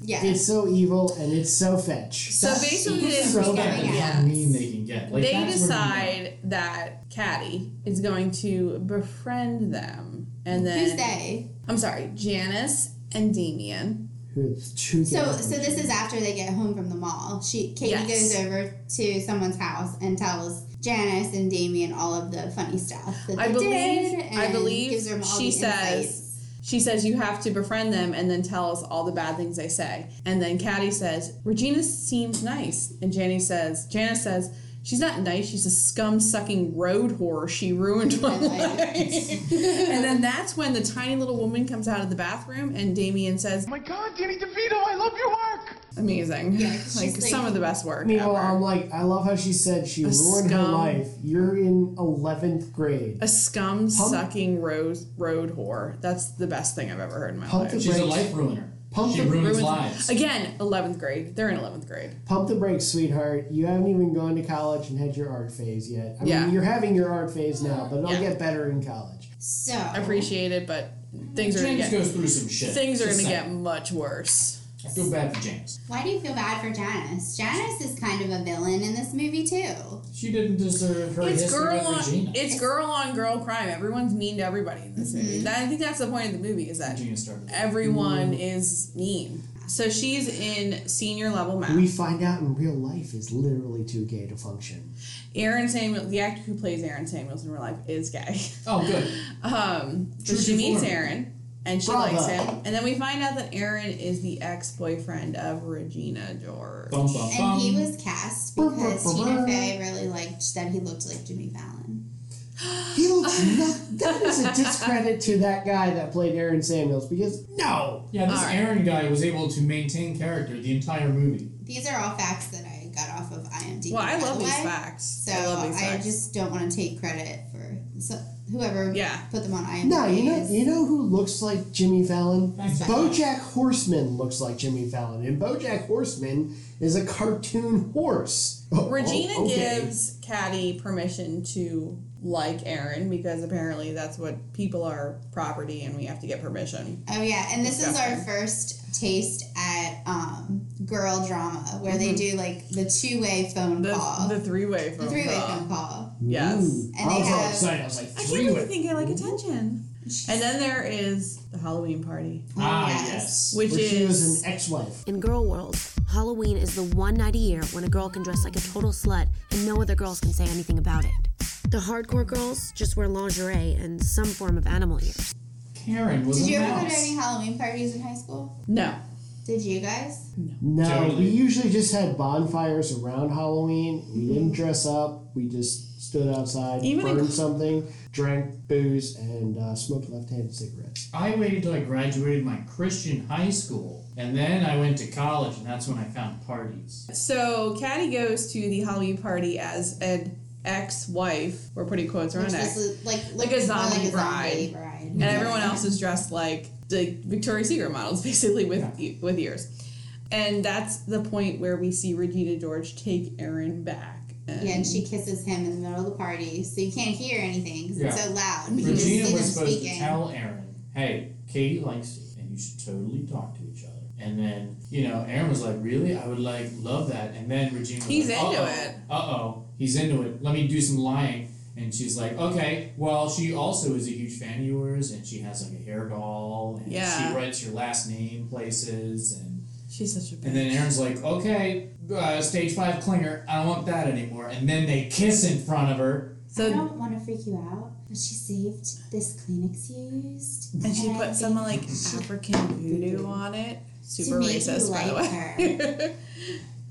A: Yeah,
D: It's so evil and it's so fetch.
C: So basically, they,
A: It's
B: So
A: so
B: bad
A: bad.
B: is how mean they can get. Like,
C: they
B: that's where you
C: decide that Caddy is going to befriend them, and then
A: who's they?
C: I'm sorry, Janice and Damien.
D: It's too
A: So,
D: good.
A: so this is after they get home from the mall. She Katie
C: Yes.
A: goes over to someone's house and tells Janice and Damien all of the funny stuff that
C: I
A: they
C: believe.
A: did. And
C: I believe
A: gives them all
C: she
A: the
C: says.
A: insights.
C: She says you have to befriend them and then tell us all the bad things they say. And then Caddy says Regina seems nice, and Janice says Janice says she's not nice. She's a scum sucking road whore. She ruined my life. and then that's when the tiny little woman comes out of the bathroom, and Damien says,
F: my god, Danny DeVito, I love your work!
C: "Amazing!
A: Yeah, 'cause
C: like,
A: she's like-
C: some of the best work
D: Meanwhile,
C: ever."
D: I'm like, I love how she said she
C: A
D: ruined her
C: scum.
D: life. You're in 11th grade.
C: a scum sucking road road whore. That's the best thing I've ever heard in my
D: Pump
C: life.
D: the
B: She's a
D: brakes.
B: life ruiner.
D: Pump
B: she
D: the-
B: ruins
C: Ruins-
B: lives.
C: Again, eleventh grade. They're in eleventh grade.
D: Pump the brakes, sweetheart. You haven't even gone to college and had your art phase yet. I
C: Yeah.
D: mean, you're having your art phase now, but it'll
C: Yeah.
D: get better in college.
A: So
C: I appreciate it, but things are gonna
B: James
C: get
B: goes through some shit.
C: things are
B: Just
C: gonna
B: saying.
C: get much worse.
B: I feel bad for James.
A: why do you feel bad for Janice? Janice is kind of a villain in this movie too.
B: She didn't deserve her
C: It's
B: history
C: girl
B: with
C: on
B: Regina.
C: it's girl on girl crime. Everyone's mean to everybody in this movie. Mm-hmm. That, I think that's the point of the movie is that
B: Regina started. it.
C: everyone is mean. So she's in senior level math.
D: We find out in real life is literally too gay to function.
C: Aaron Samuels, the actor who plays Aaron Samuels in real life, is gay.
B: Oh, good.
C: Um, so
B: True
C: she meets
B: form.
C: Aaron and she
D: Bravo.
C: likes him, and then we find out that Aaron is the ex boyfriend of Regina George.
B: Bum, bum,
A: And
C: Um,
B: bum.
A: he was cast
D: Bum, bum,
A: because
D: bum,
A: Tina
D: bum.
A: Fey really liked that he looked like Jimmy Fallon.
D: He looks not, that is a discredit to that guy that played Aaron Samuels because no,
B: yeah, this Aaron guy was able to maintain character the entire movie.
A: These are all facts that I got off of IMDb.
C: Well, I
A: by
C: love
A: the
C: these
A: way.
C: facts.
A: So
C: I love these
A: I
C: facts.
A: just don't want to take credit for so, whoever
C: Yeah.
A: put them on IMDb.
D: no. You know,
A: is-
D: you know who looks like Jimmy Fallon?
B: Thanks.
D: BoJack Horseman looks like Jimmy Fallon, and BoJack Horseman is a cartoon horse. Oh,
C: Regina
D: okay.
C: gives Caddy permission to like Aaron because apparently that's what people are property and we have to get permission.
A: Oh yeah, and this is our
C: Disgusting.
A: first taste at um, girl drama where they do like the two way phone
C: Mm-hmm. The,
A: call,
C: the three way
A: the
C: phone.
A: three way
C: call.
A: phone call.
C: Yes.
D: Ooh,
A: And
D: Hmm. I
A: they
D: was all
A: have-
D: excited. I was like,
C: I can't
D: three
C: really
D: way.
C: think I like attention. And then there is the Halloween party,
B: Ah,
A: Yes.
B: yes.
C: which
D: Where
C: is
D: she was an ex-wife.
E: In girl world, Halloween is the one night a year when a girl can dress like a total slut and no other girls can say anything about it. The hardcore girls just wear lingerie and some form of animal ears.
B: Karen was
A: Did
B: a
A: you ever go to
B: mouse.
A: any Halloween parties in high school?
C: no.
A: Did you guys?
D: No,
B: Totally.
D: we usually just had bonfires around Halloween. We didn't dress up. We just stood outside,
C: Mm-hmm. Even in
D: burned
C: co-
D: something, drank booze, and uh, smoked left-handed cigarettes.
B: I waited till I graduated my Christian high school, and then I went to college, and that's when I found parties.
C: So Caddy goes to the Halloween party as an ex-wife. We're putting quotes around
A: Which
C: ex.
A: was like
C: Like
A: looked
C: a
A: more
C: zombie
A: like a
C: bride.
A: zombie bride.
C: and everyone else is dressed like the Victoria's Secret models, basically with e- with ears. And that's the point where we see Regina George take Aaron back. And
A: Yeah, and she kisses him in the middle of the party, so you can't hear anything 'cause it's
B: Yeah.
A: so loud. You can just see
B: Regina
A: them
B: was supposed
A: speaking.
B: to tell Aaron, "Hey, Katie likes you, and you should totally talk to each other." And then you know, Aaron was like, "Really? I would like love that." And then Regina was
C: He's
B: like,
C: into
B: "Uh-oh,
C: it."
B: Uh oh, he's into it. Let me do some lying. And she's like, "Okay." Well, she also is a huge fan of yours, and she has like a hair doll, and
C: Yeah.
B: she writes your last name places, and
C: she's such a bitch.
B: And then Aaron's like, okay, uh, stage five clinger, I don't want that anymore. And then they kiss in front of her.
A: I
C: so
A: don't want to freak you out, but she saved this Kleenex you used.
C: and she put some like
A: She-
C: African voodoo on it. Super
A: make you
C: racist, by the
A: like
C: way.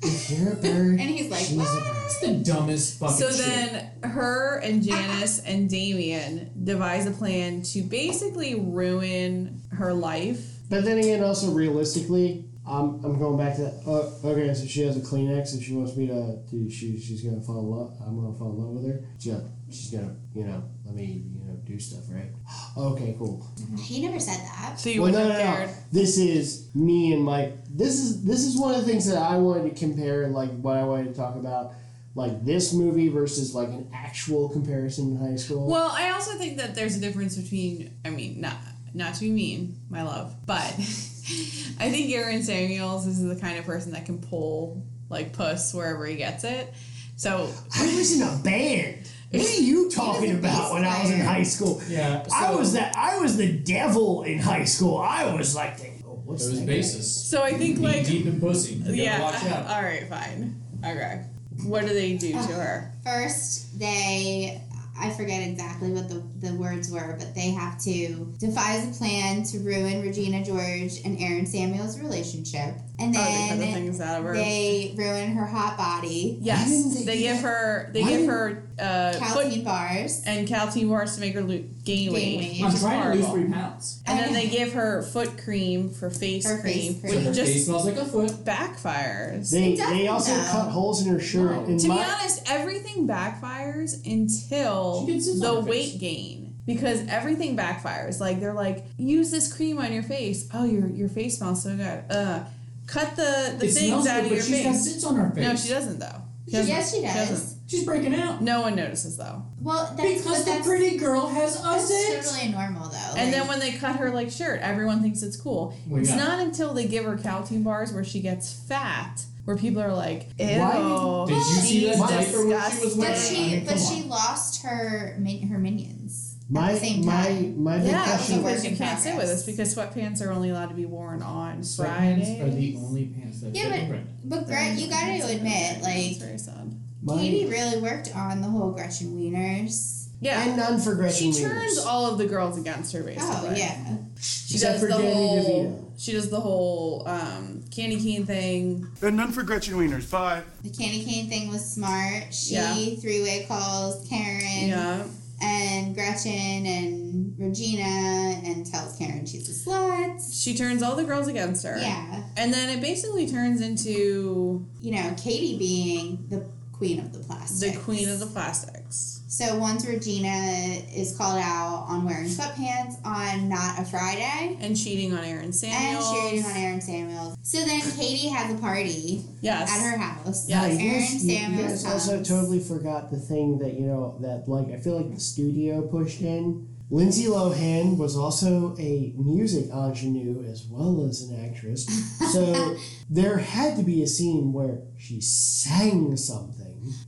D: If you're a bird,
A: And he's like,
D: she's a bird.
B: That's the dumbest fucking
C: so
B: shit.
C: then her and Janice and Damien devise a plan to basically ruin her life.
D: But then again, also realistically, um, I'm going back to that. Oh, okay, so she has a Kleenex, and she wants me to. to she, she's gonna fall in love. I'm gonna fall in love with her. She's gonna, she's gonna, you know, let me, you know, do stuff, right? Okay, cool.
A: he never said that.
C: So you
D: well, no,
C: wouldn't
D: no,
C: have
D: no.
C: cared.
D: This is me and Mike. This is this is one of the things that I wanted to compare, and like what I wanted to talk about, like this movie versus like an actual comparison in high school.
C: Well, I also think that there's a difference between, I mean, not not to be mean, my love, but I think Aaron Samuels is the kind of person that can pull like puss wherever he gets it. So
D: I was in a band. What are you talking about when I was in high school?
B: Yeah,
D: I
B: so-
D: was that I was the devil in high school. I was like the oh, what's
B: It was
D: that
B: basis.
C: so I think
B: Knee
C: like
B: deep in pussy. You gotta
C: yeah. Uh,
B: watch out.
C: All right, fine. Okay. What do they do to her?
A: First, they. I forget exactly what the, the words were, but they have to devise a plan to ruin Regina George and Aaron Samuel's relationship. And
C: Oh, they cut the
A: then
C: things out of her.
A: they ruin her hot body,
D: Why didn't
C: yes,
D: they
C: they
D: do
C: give
D: that?
C: her they
D: Why
C: give
D: didn't-
C: her uh, foot
A: calcium bars.
C: and calcium bars to make her lo- gain weight.
A: weight.
C: which
B: I'm
C: is
B: trying to lose
C: horrible.
B: three pounds.
C: And then they give her foot cream for face
A: Her face
C: cream,
A: cream.
B: Her
C: which just
B: face smells like a foot.
C: backfires.
D: They,
A: It doesn't,
D: they also
A: though.
D: cut holes in her shirt.
B: No.
D: And
C: to
D: my,
C: be honest, everything backfires until
B: She gets zits on
C: the
B: her face.
C: weight gain because everything backfires. Like they're like, use this cream on your face. Oh, your your face smells so good. Uh, cut the the
B: it
C: things
B: smells good,
C: out of
B: but
C: your
B: she's got
C: face.
B: zits on her face.
C: No, she doesn't though. She doesn't.
A: Yes, she does.
C: doesn't.
B: She's breaking out.
C: No one notices though.
A: Well, that's
B: Because
A: but
B: the
A: that's,
B: pretty girl has a zit.
A: that's totally normal though. Like,
C: And then when they cut her like shirt, everyone thinks it's cool.
B: Well,
C: it's
B: yeah.
C: not until they give her calcium bars where she gets fat where people are like, ew.
D: Why
B: Did you see
C: she's
B: that diaper when she was
C: disgusting."
A: but
B: wearing? I
A: she
B: mean,
A: but
B: come
A: she
B: on.
A: lost her min- her minions. at
D: my,
A: the same
D: my,
A: time.
D: my big
C: Yeah,
A: That's a
D: question
A: work
C: because you
A: in
C: can't sit with
A: progress.
C: us because sweatpants are only allowed to be worn on Fridays.
B: Sweatpants are the only pants that
A: Yeah,
B: fit
A: but-
B: Brenda.
A: But Gret, you got to admit, like
C: It's very sad.
D: my,
A: Katie really worked on the whole Gretchen Wieners.
C: Yeah,
D: And none for Gretchen
C: she
D: Wieners.
C: turns all of the girls against her basically.
A: Oh yeah,
C: she
D: Except
C: does
D: for
C: the
D: Danny
C: whole. She does the whole um, candy cane thing.
F: And none for Gretchen Wieners. Bye.
A: the candy cane thing was smart. She
C: Yeah.
A: three way calls Karen
C: Yeah,
A: and Gretchen and Regina and tells Karen she's a slut.
C: she turns all the girls against her.
A: Yeah,
C: and then it basically turns into
A: you know Katie being the queen of the plastic.
C: the queen of the plastics. Yes.
A: So once Regina is called out on wearing sweatpants on Not a Friday
C: And cheating on Aaron
A: and
C: Samuels.
A: cheering on Aaron Samuels. So then Katie has a party
C: Yes.
A: at her house.
C: Yes.
A: Aaron
D: Yes, you, you
A: Samuels
D: guys also
A: comes.
D: totally forgot the thing that you know that like I feel like the studio pushed in. Lindsay Lohan was also a music ingenue as well as an actress, so there had to be a scene where she sang something.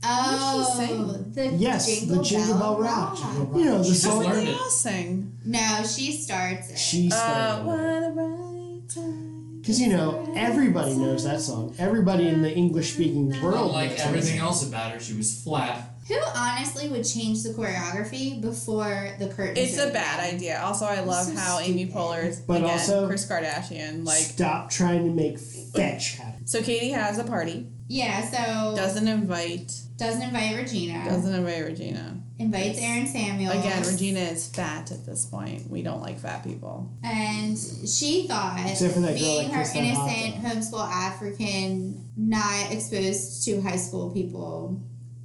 A: Oh,
C: What did
A: the
C: she
D: Yes,
A: jingle
D: the Jingle Bell, Rock.
A: Rock.
D: You know the
B: She just
D: song.
B: learned
C: They
B: it.
C: all sing.
A: No, she starts it.
D: She
C: Uh,
D: started.
C: what a right time.
D: Because you know everybody knows that song. Everybody in the English-speaking world. knows
B: Like
D: that
B: everything
D: song.
B: else about her, she was flat.
A: Who honestly would change the choreography before the curtain?
C: It's a
A: shows?
C: bad idea. Also, I love
A: so
C: how Amy Poehler,
D: But
C: again,
D: also-
C: Chris Kardashian, like.
D: Stop trying to make fetch happen.
C: So Katie has a party.
A: Yeah, so doesn't,
C: Doesn't invite.
A: invite Regina.
C: Doesn't invite Regina.
A: Invites Aaron Samuels
C: Again, Regina is fat at this point. We don't like fat people.
A: And she thought,
D: Except for that girl
A: being
D: that
A: her
D: kissed that hot
A: innocent homeschool African, not exposed to high school people,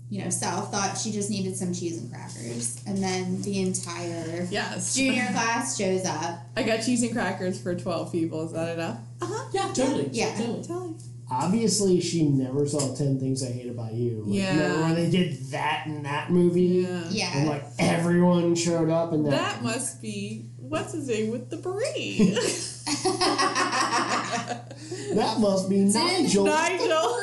A: you know, self, thought she just needed some cheese and crackers. And then the entire
C: Yes.
A: junior class shows up.
C: I got cheese and crackers for twelve people. Is that enough?
B: Yeah, totally.
A: Yeah.
B: Totally.
C: Totally.
D: Obviously, she never saw 10 Things I Hate About You. Like,
C: Yeah.
D: Remember when they did that in that movie?
C: Yeah.
D: And,
A: Yeah.
D: like, everyone showed up and that.
C: That must be what's his name with the braid.
D: that must be Nigel.
C: Nigel.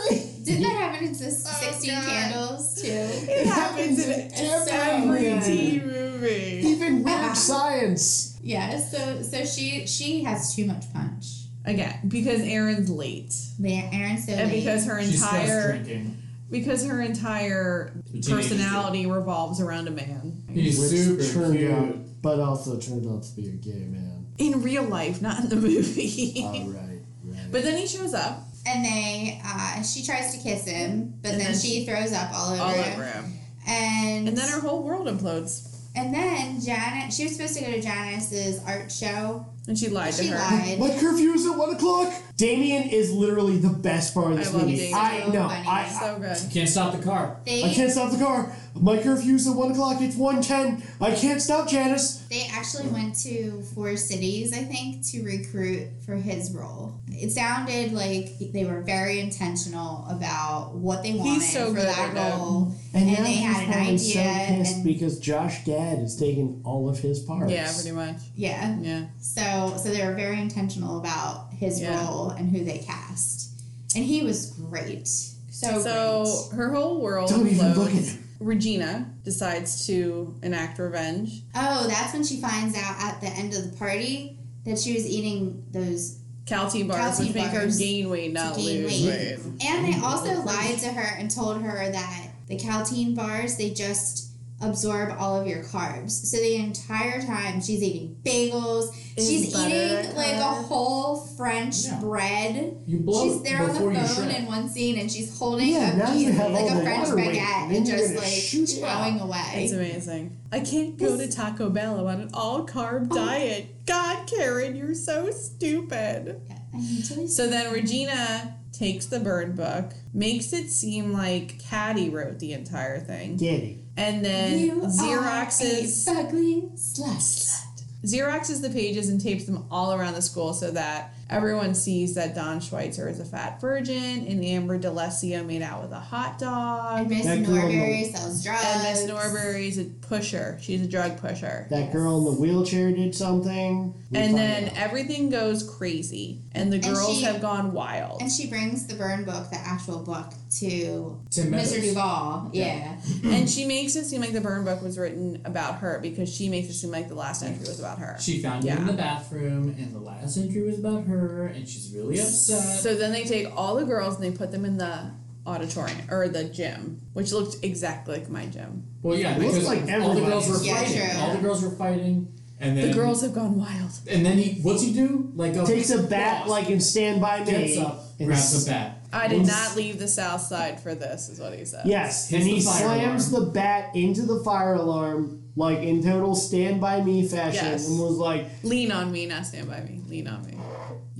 A: Did that happen in the 16
C: Oh, God.
A: candles too?
C: It happens in every
A: everywhere.
C: teen movie.
D: Even weird science.
A: Yeah, so so she she has too much punch.
C: Again, because Aaron's late,
A: Man, Aaron's so
C: and
A: late.
C: because her
B: She stops
C: entire
B: drinking.
C: because her entire
B: The teenagers
C: personality revolves around a man.
B: He's
D: Which
B: super
D: turned
B: cute.
D: out, but also turned out to be a gay man.
C: In real life, not in the movie.
D: All right, right.
C: but then he shows up
A: and they uh, she tries to kiss him, but
C: And
A: then,
C: then
A: she throws up all over
C: all
A: him.
C: over him,
A: And
C: and then her whole world implodes,
A: and then Janet she was supposed to go to Janice's art show.
C: and she lied
A: She
C: to her.
A: lied.
D: My curfew is at 1 o'clock. Damien is literally the best part of this
C: I love
D: movie.
C: Damien.
D: I
A: So
D: know.
A: funny.
D: I,
C: So good.
B: Can't stop the car.
D: I
A: They
D: can't stop the car. My curfew's at one o'clock. It's one ten. I can't stop Janice.
A: they actually went to four cities, I think, to recruit for his role. It sounded like they were very intentional about what they wanted
C: so
A: for
C: good
A: that
C: at that.
A: role.
D: And,
A: And
D: now
A: they
D: he's
A: had an
D: probably so
A: idea,
D: pissed
A: and-
D: because Josh Gad is taking all of his parts.
C: Yeah, pretty much.
A: Yeah.
C: Yeah.
A: So so they were very intentional about his
C: Yeah.
A: role and who they cast. And he was great. So,
C: So her whole world
D: Don't even look at
C: implodes.
D: him.
C: Regina decides to enact revenge.
A: great. Oh, that's when she finds out at the end of the party that she was eating those
C: Calty bars,
A: Calty
C: which make her
A: bars
C: gain weight, not
A: gain
C: lose
A: weight.
C: weight.
A: And they also lied to her and told her that the Caltine bars, they just absorb all of your carbs. So the entire time she's eating bagels,
C: Is
A: she's
C: butter
A: eating
D: uh,
C: a
A: like a
C: carb?
A: whole French
B: Yeah.
A: bread.
B: You blow
A: she's there on the
B: before you
A: phone
B: shred.
A: in one scene and she's holding
D: Yeah,
A: a
D: now
A: piece
D: you have
A: like
D: all
A: a
D: the
A: French
D: water weight,
A: baguette
D: and
A: and
D: then you're
A: just
D: gonna
A: like
D: shoot it out.
A: blowing away.
C: It's amazing. I can't go to Taco Bell. I'm on an all
A: Oh.
C: carb diet. God, Karen, you're so stupid.
A: I need to lose-
C: So then Regina takes the bird book, makes it seem like Caddy wrote the entire thing,
D: Giddy.
C: and then
A: You
C: Xeroxes
A: are a fugly slut.
C: Xeroxes the pages and tapes them all around the school so that everyone sees that Don Schweitzer is a fat virgin and Amber D'Alessio made out with a hot
A: And
C: dog.
A: Miss
D: That girl
A: Norbury
D: knows.
A: sells drugs.
C: And Miss Norbury's a pusher. She's a drug pusher.
D: That girl in the wheelchair did something. We
C: And
D: find
C: then
D: out.
C: everything goes crazy, and the girls
A: she-
C: have gone wild.
A: And she brings the burn book, the actual book, to
B: Tim
A: Mr.
B: Meadows.
A: Duval. Yeah.
C: and she makes it seem like the burn book was written about her because she makes it seem like the last entry was about her.
B: She found him in
C: Yeah.
B: the bathroom, and the last entry was about her, and she's really upset.
C: So then they take all the girls and they put them in the auditorium or the gym, which looked exactly like my gym.
B: well, yeah,
D: looks
B: because
D: like
B: all the girls were
D: everybody's-
A: Yeah,
B: fighting.
A: true.
B: All the girls were fighting, and then
C: The girls have gone wild.
B: And then he, what's he do? Like a,
D: takes a bat
B: boss,
D: like in Stand By Me.
B: gets up,
D: and
B: grabs
D: s-
B: a bat.
C: I did
B: Oops.
C: not leave the South Side for this, is what he said.
D: Yes,
B: Hits
D: and
B: the
D: he
B: fire
D: slams the bat into the fire alarm like in total Stand By Me fashion,
C: Yes.
D: and was like,
C: Lean on me, not stand by me. Lean on me.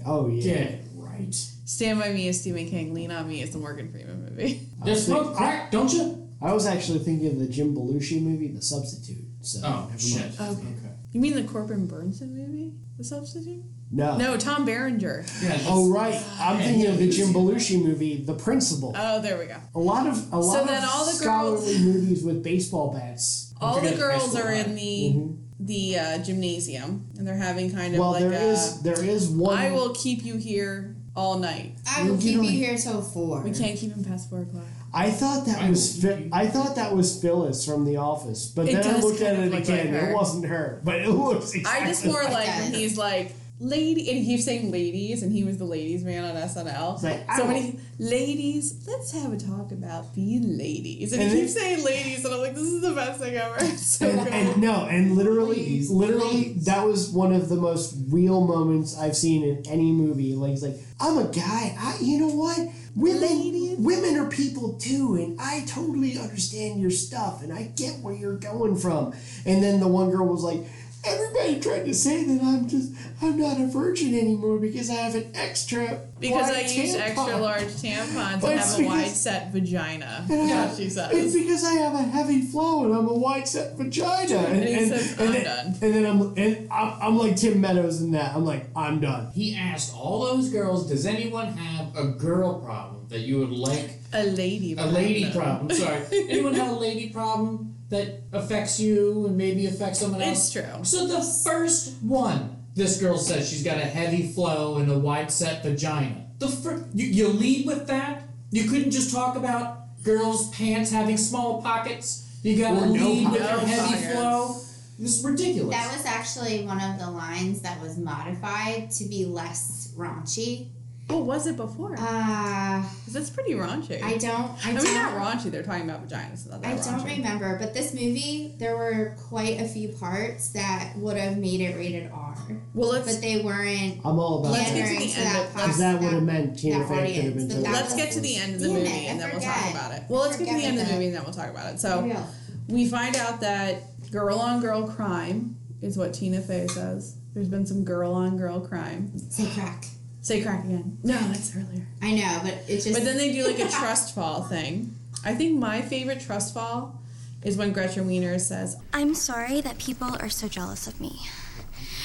D: "Oh yeah."
B: Get right.
C: Stand by me is Stephen King. Lean on me is the Morgan Freeman movie.
B: Just smoke crack, don't Oh, you?
D: I was actually thinking of the Jim Belushi movie, The Substitute. So
B: Oh,
D: never
B: shit.
D: mind.
B: Okay.
C: You mean the Corbin Burnson movie? The Substitute?
D: No.
C: No, Tom Berenger.
B: Yeah, that's-
D: Oh right, I'm
B: Yeah,
D: thinking of the
B: yeah.
D: Jim Belushi movie, The Principal.
C: Oh, there we go.
D: a lot of a lot
C: then
D: of
C: all the girls-
D: scholarly movies with baseball bats.
C: All the
B: forgetting high
C: girls
B: school
C: are in
B: art.
C: the the uh, gymnasium, and they're having kind of
D: Mm-hmm. Well,
C: like
D: there
C: a.
D: is there is one.
C: I will keep you here all night.
A: I will
D: You
A: keep you
D: don't-
A: here till four.
C: We can't keep him past four o'clock.
D: I thought that
B: I
D: was
B: will-
D: Phi- I thought that was Phyllis from The Office, but
C: It
D: then I
C: does
D: looked at
C: kind of
D: it
C: look
D: again.
C: like her.
D: It wasn't her, but it looks. Exactly
C: I just more
D: like.
C: like when he's like lady, and he keeps saying ladies, and he was the ladies man on SNL.
D: It's like,
C: so
D: ow.
C: many ladies. Let's have a talk about being ladies, and,
D: And
C: he
D: then-
C: keeps saying ladies, and I'm like, this is the best thing ever. It's so
D: And,
C: good.
D: and no, and literally, literally, that was one of the most real moments I've seen in any movie. Like he's like, I'm a guy. I, you know what? Women, women are people too, and I totally understand your stuff, and I get where you're going from. And then the one girl was like. Everybody tried to say that I'm just I'm not a virgin anymore because I have an extra
C: because
D: wide
C: I use
D: tampon."
C: extra large tampons
D: But
C: and
D: it's
C: have a wide
D: because-
C: set vagina.
D: And
C: Yeah,
D: I-
C: she
D: It's
C: says.
D: because I have a heavy flow and I'm a wide set vagina. And,
C: he
D: and,
C: says,
D: and
C: "I'm
D: then,
C: done."
D: And then I'm and I'm, I'm like Tim Meadows in that. I'm like, I'm done.
B: He asked all those girls, does anyone have a girl problem that you would like?
C: A lady.
B: A
C: man,
B: lady
C: though.
B: problem, sorry. anyone have a lady problem that affects you and maybe affects someone
C: It's
B: else?
C: true.
B: So the first one, this girl says she's got a heavy flow and a wide set vagina. The fir- you, you lead with that. You couldn't just talk about girls' pants having small pockets. You got
D: Or
B: to
D: no
B: lead with your
C: pockets.
B: heavy
C: No
B: flow. This is ridiculous.
A: That was actually one of the lines that was modified to be less raunchy.
C: What was it before?
A: Uh, I
C: 'Cause that's pretty raunchy.
A: don't. I,
C: I
A: don't,
C: mean, not raunchy. They're talking about vaginas. Not
A: I
C: that
A: don't
C: raunchy.
A: remember, but this movie, there were quite a few parts that would have made it rated R,
C: Well, let's
A: but they weren't.
D: I'm all about
C: Let's get
D: that.
C: to
A: pandering
C: the
A: to
C: end
A: that
C: of-
D: Because
A: pos-
D: that would have meant Tina
A: that
D: Fey could have
A: audience,
D: been
A: but
D: too.
A: that
C: Let's
A: was-
C: get to the end of the
A: Damn it,
C: movie
A: I
C: and then we'll talk
A: forget.
C: about it. Well, let's get to the
A: Forget
C: end of the
A: about
C: movie and then we'll talk about it.
A: for
C: So
A: real.
C: we find out that girl on girl crime is what Tina Fey says. There's been some girl on girl crime.
A: Say crack.
C: Say crack again. No, that's earlier.
A: I know, but it just.
C: But then they do like a trust fall thing. I think my favorite trust fall is when Gretchen Wiener says,
I: I'm sorry that people are so jealous of me,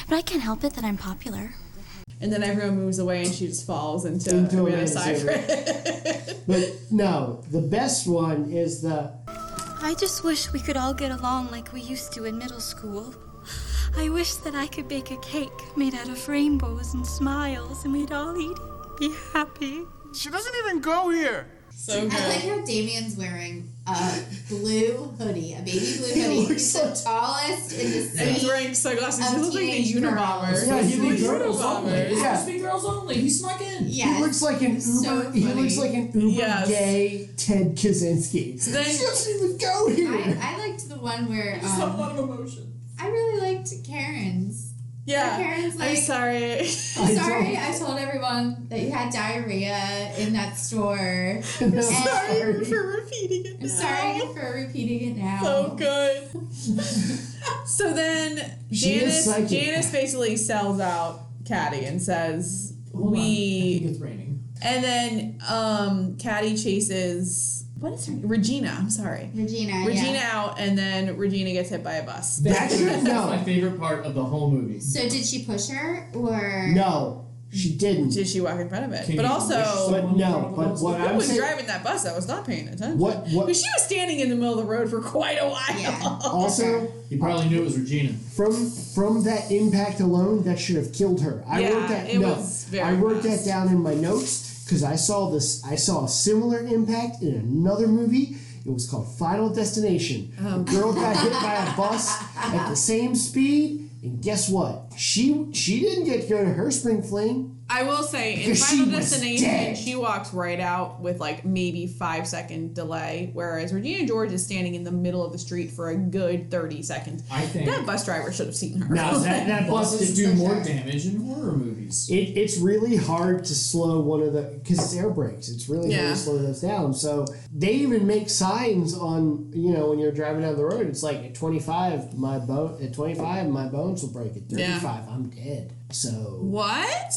I: but I can't help it that I'm popular.
C: and then everyone moves away and she just falls into,
D: Into
C: into
D: Amanda But no, the best one is the
I: I just wish we could all get along like we used to in middle school. I wish that I could bake a cake made out of rainbows and smiles and we'd all eat it, be happy.
F: She doesn't even go here.
C: So
A: I like
C: good.
A: how Damien's wearing a blue hoodie, a baby blue hoodie. He's the tallest in the
C: And he's
A: scene.
C: wearing sunglasses. He
A: Of
C: looks like the
A: teenage girls.
C: Unabomber.
D: Yeah,
C: He's
D: he
C: the
D: looks-
B: girls only.
C: Unabomber.
B: It's
D: Yeah.
B: supposed to be girls only. He snuck in.
A: Yes.
D: he looks like an uber.
A: so
D: he looks
A: funny.
D: like an uber
C: Yes.
D: gay Ted Kaczynski.
C: then-
D: she doesn't even go here.
A: I, I liked the one where
B: It's not a
A: um,
B: lot of emotion.
A: I really liked Karen's.
C: Yeah.
A: Karen's
C: I'm
A: like,
C: sorry.
A: I'm
D: I
A: sorry,
D: don't-
A: I told everyone that you had diarrhea in that store.
D: And I'm
A: sorry
D: sorry.
C: for repeating it.
A: I'm sorry for repeating it now.
C: So good. so then
D: She
C: Janice
D: is psychic.
C: Janice basically sells out Caddy and says
B: Hold on. I think
C: we
B: it's raining.
C: and then um Caddy chases what is her name? Regina, I'm sorry.
A: Regina.
C: Regina
A: Yeah.
C: out and then Regina gets hit by a bus.
D: That's
B: That's
D: no,
B: my favorite part of the whole movie.
A: So did she push her or
D: no, she didn't.
C: Did she walk in front of it?
B: Can
C: but
B: you
C: also
B: wish-
D: But no, but what
C: who
D: I'm
C: was
D: saying,
C: driving that bus? I was not paying attention.
D: What- what-
C: But she was standing in the middle of the road for quite a while.
A: Yeah.
D: also
B: He probably knew it was Regina.
D: from from that impact alone, that should have killed her. I
C: Yeah,
D: wrote that.
C: it
D: no,
C: was very
D: I wrote
C: fast.
D: that down in my notes because I saw this. I saw a similar impact in another movie. It was called Final Destination.
C: Oh.
D: A girl got hit by a bus at the same speed, and guess what? She she didn't get to go to her spring fling.
C: I will say in
D: Because
C: Final
D: she was
C: Destination,
D: dead.
C: she walks right out with like maybe five second delay, whereas Regina George is standing in the middle of the street for a good thirty seconds.
B: I think-
C: that bus driver should have seen her.
D: Now that that bus
B: Buses
D: did
B: do more damage in horror movies.
D: It, it's really hard to slow one of the because it's air brakes. It's really
C: Yeah.
D: hard to slow those down. So they even make signs on you know when you're driving down the road. It's like at 25, my bone at 25, my bones will break. At 35,
C: Yeah.
D: I'm dead. So
C: What?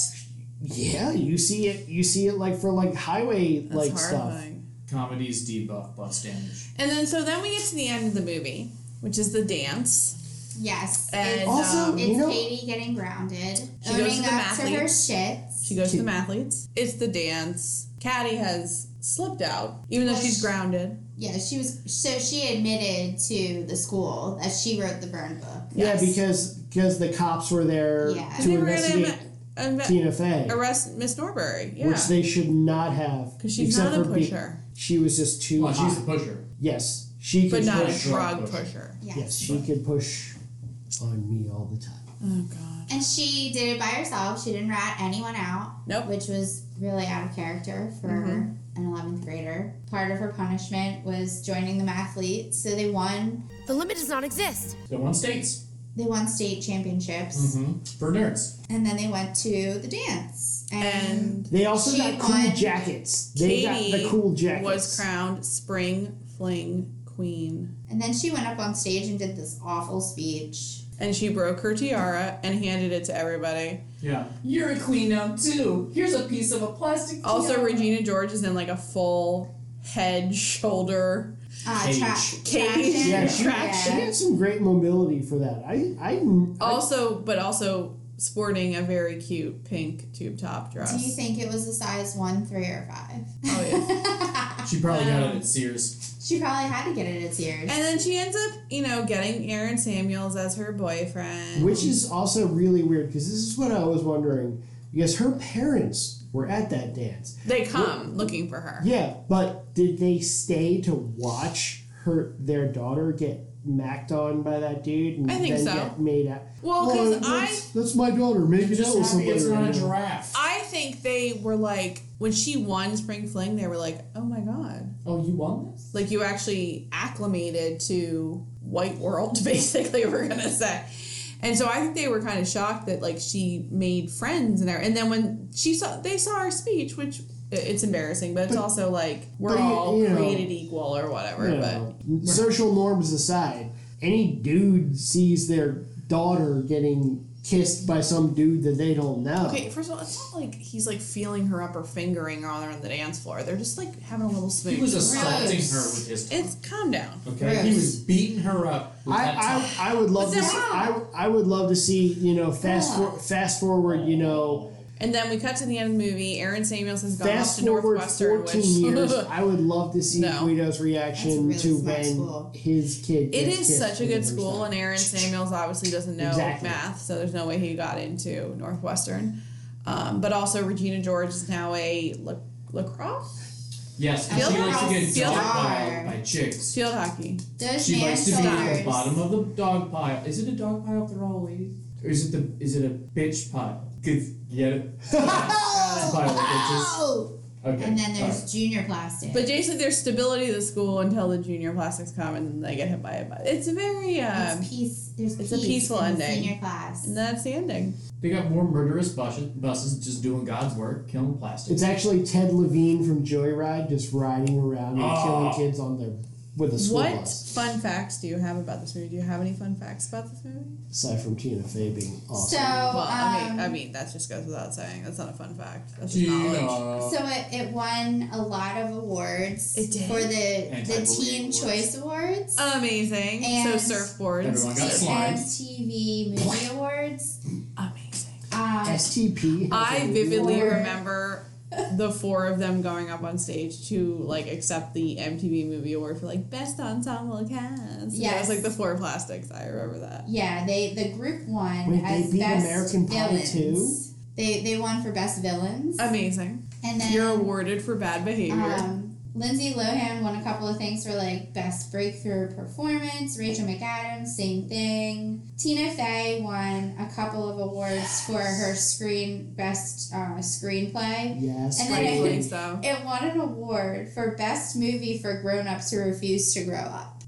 D: yeah, you see it. You see it like for like highway
C: That's
D: like stuff.
C: horrifying.
B: Comedies debuff bus damage.
C: And then so then we get to the end of the movie, which is the dance.
A: Yes.
C: And,
A: it's
D: Also,
C: um,
A: it's
D: you know-
A: Katie getting grounded,
C: She goes
A: owning
C: to the
A: up to
C: mathlete.
A: her shits.
C: she goes to the mathletes. It's the dance. Caddy has slipped out, even though she's grounded.
A: Yeah, she was. So she admitted to the school that she wrote the burn book.
C: Yes.
D: Yeah, because because the cops were there
A: Yeah.
D: to
C: They were gonna
D: investigate
C: inve- inve-
D: Tina Fey,
C: arrest Miss Norbury. Yeah.
D: which they should not have.
C: Because she's
D: except
C: not a
D: for be-
C: pusher,
D: she was just too.
B: Well, she's a
D: hot.
B: pusher.
D: yes, she
C: but
D: could
C: not a
D: push.
B: drug
C: drug
B: pusher.
C: pusher.
A: Yeah.
D: Yes, she could push on me all the time.
C: Oh god.
A: And she did it by herself. She didn't rat anyone out.
C: Nope.
A: Which was really out of character for an 11th grader. Part of her punishment was joining the mathletes. So they won.
E: The limit does not exist.
B: So on states.
A: They won state championships.
B: Mm-hmm. For nerds.
A: And then they went to the dance.
C: And
D: They also
A: She
D: got cool
A: won.
D: jackets. They
C: Katie
D: got the cool jackets.
C: was crowned spring fling queen.
A: and then she went up on stage and did this awful speech.
C: And she broke her tiara and handed it to everybody.
B: Yeah. You're a queen now too. Here's a piece of a plastic.
C: Also, Regina George is in like a full head, shoulder.
A: Uh,
B: Cage.
A: Tra-
C: Cage.
A: traction.
D: Yeah, she, she
A: Yeah.
D: had some great mobility for that. I, I,
C: Also, but also sporting a very cute pink tube top dress.
A: Do you think it was a size one, three, or five?
C: Oh yeah.
B: She probably got it at Sears.
A: She probably had to get it at Sears.
C: and then she ends up, you know, getting Aaron Samuels as her boyfriend.
D: which is also really weird because this is what I was wondering. Because her parents were at that dance.
C: they come looking for her.
D: Yeah, but did they stay to watch her their daughter get macked on by that dude and
C: I think
D: then
C: so.
D: get made out?
C: Well, 'cause
D: that's, that's my daughter. Maybe that
B: Just
D: was
B: happy
D: somebody.
B: it's
D: I
B: not a
D: know.
B: giraffe.
C: I think they were like when she won Spring Fling, they were like, "Oh my god!"
B: oh, you won this?
C: Like you actually acclimated to white world, basically. We're gonna say, and so I think they were kind of shocked that like she made friends and there. And then when she saw, they saw her speech, which i- it's embarrassing, but it's also like we're
D: but you-
C: all
D: you know-
C: created equal or whatever.
D: You know, Mm. social norms aside, any dude sees their daughter getting kissed by some dude that they don't know.
C: But okay, first of all, it's not like he's like feeling her up or fingering her on her on the dance floor. They're just like having a little smooch.
B: He was assaulting her with his.
C: It's calm down.
B: Okay. He was beating her up with that
D: I, I, I would love to
C: But
D: see,
C: they're
D: I, I would love to see you know fast for, fast forward you know
C: And then we cut to the end of the movie. Aaron Samuels has gone off
D: fast
C: to
D: forward
C: Northwestern, which
D: fourteen years. I would love to see
C: No.
D: Guido's reaction
A: That's a
D: to
A: really smart
D: when
A: school.
D: his kid.
C: it
D: gets
C: is
D: kissed
C: such
D: for
C: a
D: the
C: good
D: first
C: school.
D: time.
C: And Aaron Samuels obviously doesn't know
D: Exactly.
C: math, so there's no way he got into Northwestern. Um, but also Regina George is now a la- lacrosse
B: Yes, and
C: Field
B: she likes to get
C: hockey.
B: dog
C: Field
B: piled
A: hockey.
B: by chicks.
C: field hockey.
A: Those
B: She
A: man
B: likes to be at
A: shoulders.
B: the bottom of the dog pile. Is it a dog pile if they're all ladies? Or is it the is it a bitch pile? Cause yeah, it's a pile of bitches.
A: Oh!
B: Okay.
A: And then there's
B: sorry.
A: junior plastic.
C: But basically, there's stability to the school until the junior plastics come and they get hit by a bus. It's very, um,
A: it's peace. There's
C: it's a
A: peace
C: peaceful
A: in the
C: ending.
A: Senior class.
C: and that's the ending.
B: they got more murderous buses, buses just doing God's work, killing plastic.
D: It's actually Ted Levine from Joyride just riding around and
B: Ah.
D: killing kids on their with a school
C: What
D: bus.
C: fun facts do you have about this movie? Do you have any fun facts about this movie?
D: Aside from Tina Fey being awesome.
A: So,
C: Well, I mean, I
A: um,
C: mean that just goes without saying. That's not a fun fact. That's just knowledge.
B: Yeah.
A: so it, it won a lot of awards
C: It did. Um,
A: for the the
B: Anti-bullying
A: Teen
B: awards.
A: Choice Awards,
C: Amazing.
A: And-
C: so surfboards.
B: Everyone got
A: the
B: slimed.
A: MTV Movie Awards.
C: Amazing.
A: Um,
D: STP.
C: I vividly remember the four of them going up on stage to like accept the MTV Movie Award for like best ensemble cast. Yeah, it was
A: Yes.
C: like the four plastics. I remember that.
A: yeah, they the group won
D: Wait, they
A: as
D: beat
A: best
D: American Pie
A: villains.
D: too?
A: They they won for best villains,
C: Amazing.
A: and then
C: You're awarded for bad behavior.
A: Um, Lindsay Lohan won a couple of things for like best breakthrough performance. Rachel McAdams, same thing. Tina Fey won a couple of awards for her screen best uh, screenplay.
D: Yes.
A: And then
C: Rightfully
A: it,
C: so.
A: it won an award for best movie for grown ups who refuse to grow up.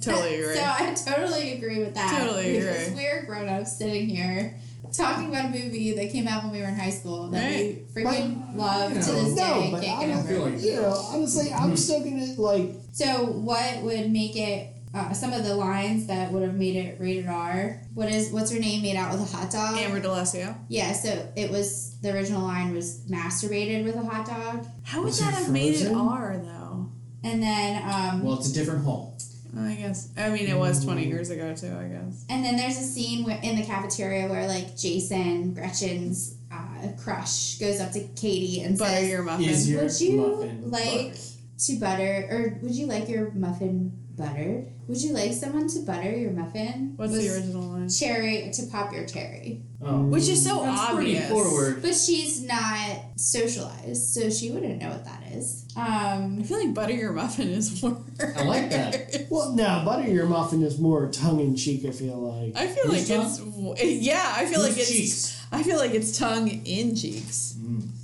C: Totally agree.
A: So um, I totally agree with that.
C: Totally
A: because
C: agree.
A: We're grown ups sitting here talking about a movie that came out when we were in high school that we freaking love
B: you
A: to
B: know,
A: this day.
D: no, but
A: can't
D: I
A: get
D: don't
A: over.
B: feel like
D: You know, honestly, I'm still gonna like.
A: So, what would make it? Uh, some of the lines that would have made it rated R. What is what's her name made out with a hot dog?
C: Amber D'Alessio.
A: Yeah. So it was the original line was masturbated with a hot dog.
C: How would
B: Was
C: that
B: it
C: have made it
B: frozen?
C: R though?
A: And then um,
B: Well, it's a different home.
C: I guess. I mean, it was 20 years ago, too, I guess.
A: And then there's a scene where, in the cafeteria where like Jason, Gretchen's uh, crush, goes up to Katie and
C: Butter
A: says,
C: your muffin.
B: Is your
A: "Would you
B: muffin
A: like
B: buttered?
A: to butter, or would you like your muffin buttered? Would you like someone to butter your muffin?
C: What's
A: Was
C: the original line?
A: cherry to pop your cherry?"
B: Oh.
C: Which is so
B: That's
C: obvious.
B: pretty forward.
A: But she's not socialized, so she wouldn't know what that is.
C: I
A: Um,
C: feel like butter your muffin is worse.
B: I like that.
D: Well, now butter your muffin is more tongue in cheek. I feel like.
C: I feel
B: Whose
C: like it's yeah. I feel
B: Whose
C: like it's
B: cheeks?
C: I feel like it's tongue in cheeks.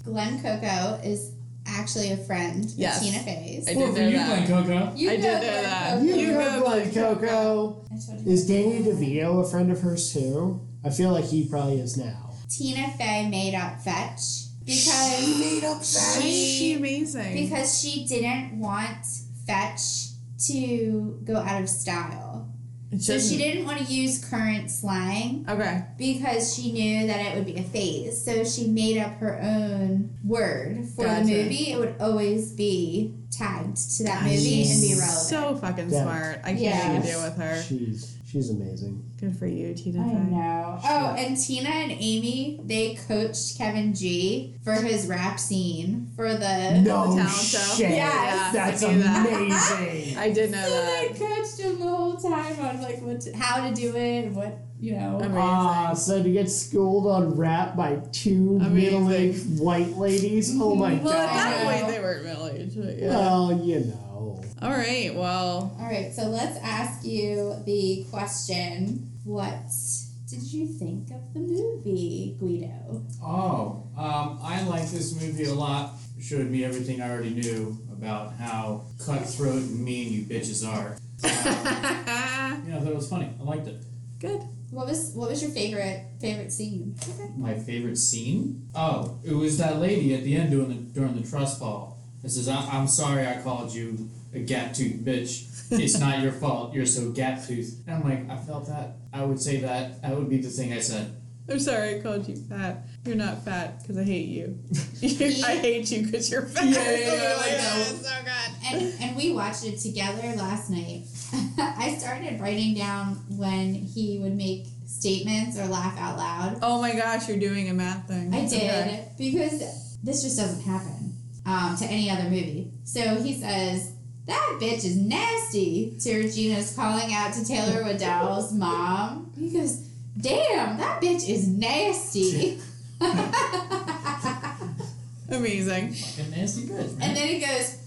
A: Glenn Coco is actually a friend of
C: Yes.
A: Tina Fey's.
C: I
B: Well,
C: did
B: for
C: know
B: you,
C: that.
B: Glenn Coco.
A: You
C: I
A: know
C: did know
A: Glenn
C: that.
A: Coco.
D: You
C: You
D: know,
C: go,
D: Glenn
C: Glenn
D: Coco.
A: I told you.
D: Is Danny DeVito a friend of hers too? I feel like he probably is now.
A: Tina Fey made up fetch because
C: Why is she
A: she
C: amazing?
A: because she didn't want fetch to go out of style.
C: It
A: So she
C: doesn't-
A: didn't want to use current slang
C: Okay.
A: because she knew that it would be a phase. So she made up her own word for
C: Gotcha.
A: the movie. It would always be tagged to that movie and be relevant.
C: So fucking
D: Yeah.
C: smart. I can't
A: Yeah.
C: even deal with her.
D: She's she's amazing.
C: Good for you, Tina.
A: I
C: Fey.
A: know. Oh, and Tina and Amy, they coached Kevin G for his rap scene for the
D: No
B: Oh,
C: talent show?
D: shit.
A: Yes.
D: That's
C: I knew that.
D: amazing.
C: I did know
A: So they
C: that.
A: coached him the whole time on like what to, how to do it and what you know.
C: Amazing.
D: Ah, so to get schooled on rap by 2
C: Amazing.
D: middle-aged white ladies. Oh my
A: Well,
C: At
D: god.
C: that
A: I know.
C: point, they were middle aged. but Yeah.
D: Well, you know.
C: All right. Well,
A: All right, so let's ask you the question: What did you think of the movie Guido?
B: Oh, um, I like this movie a lot. Showed me everything I already knew about how cutthroat and mean you bitches are. Um, Yeah, I thought it was funny. I liked it.
C: good.
A: What was what was your favorite favorite scene?
B: My favorite scene? Oh, it was that lady at the end doing the, during the trust fall. It says, I- I'm sorry I called you a gap tooth bitch. It's not your fault. You're so gap tooth. And I'm like, I felt that. I would say that. That would be the thing I said.
C: I'm sorry I called you fat. You're not fat because I hate you. I hate you because you're fat.
B: Yeah, yeah, yeah, I like that one.
C: It's so good.
A: And and we watched it together last night. I started writing down when he would make statements or laugh out loud.
C: Oh my gosh, you're doing a math thing.
A: I did
C: It's okay.
A: because this just doesn't happen um, to any other movie. So he says, "That bitch is nasty." To Regina's calling out to Taylor Waddell's mom. He goes, "Damn, that bitch is nasty."
C: Amazing.
B: Fucking nasty bitch,
A: and
B: man.
A: then he goes,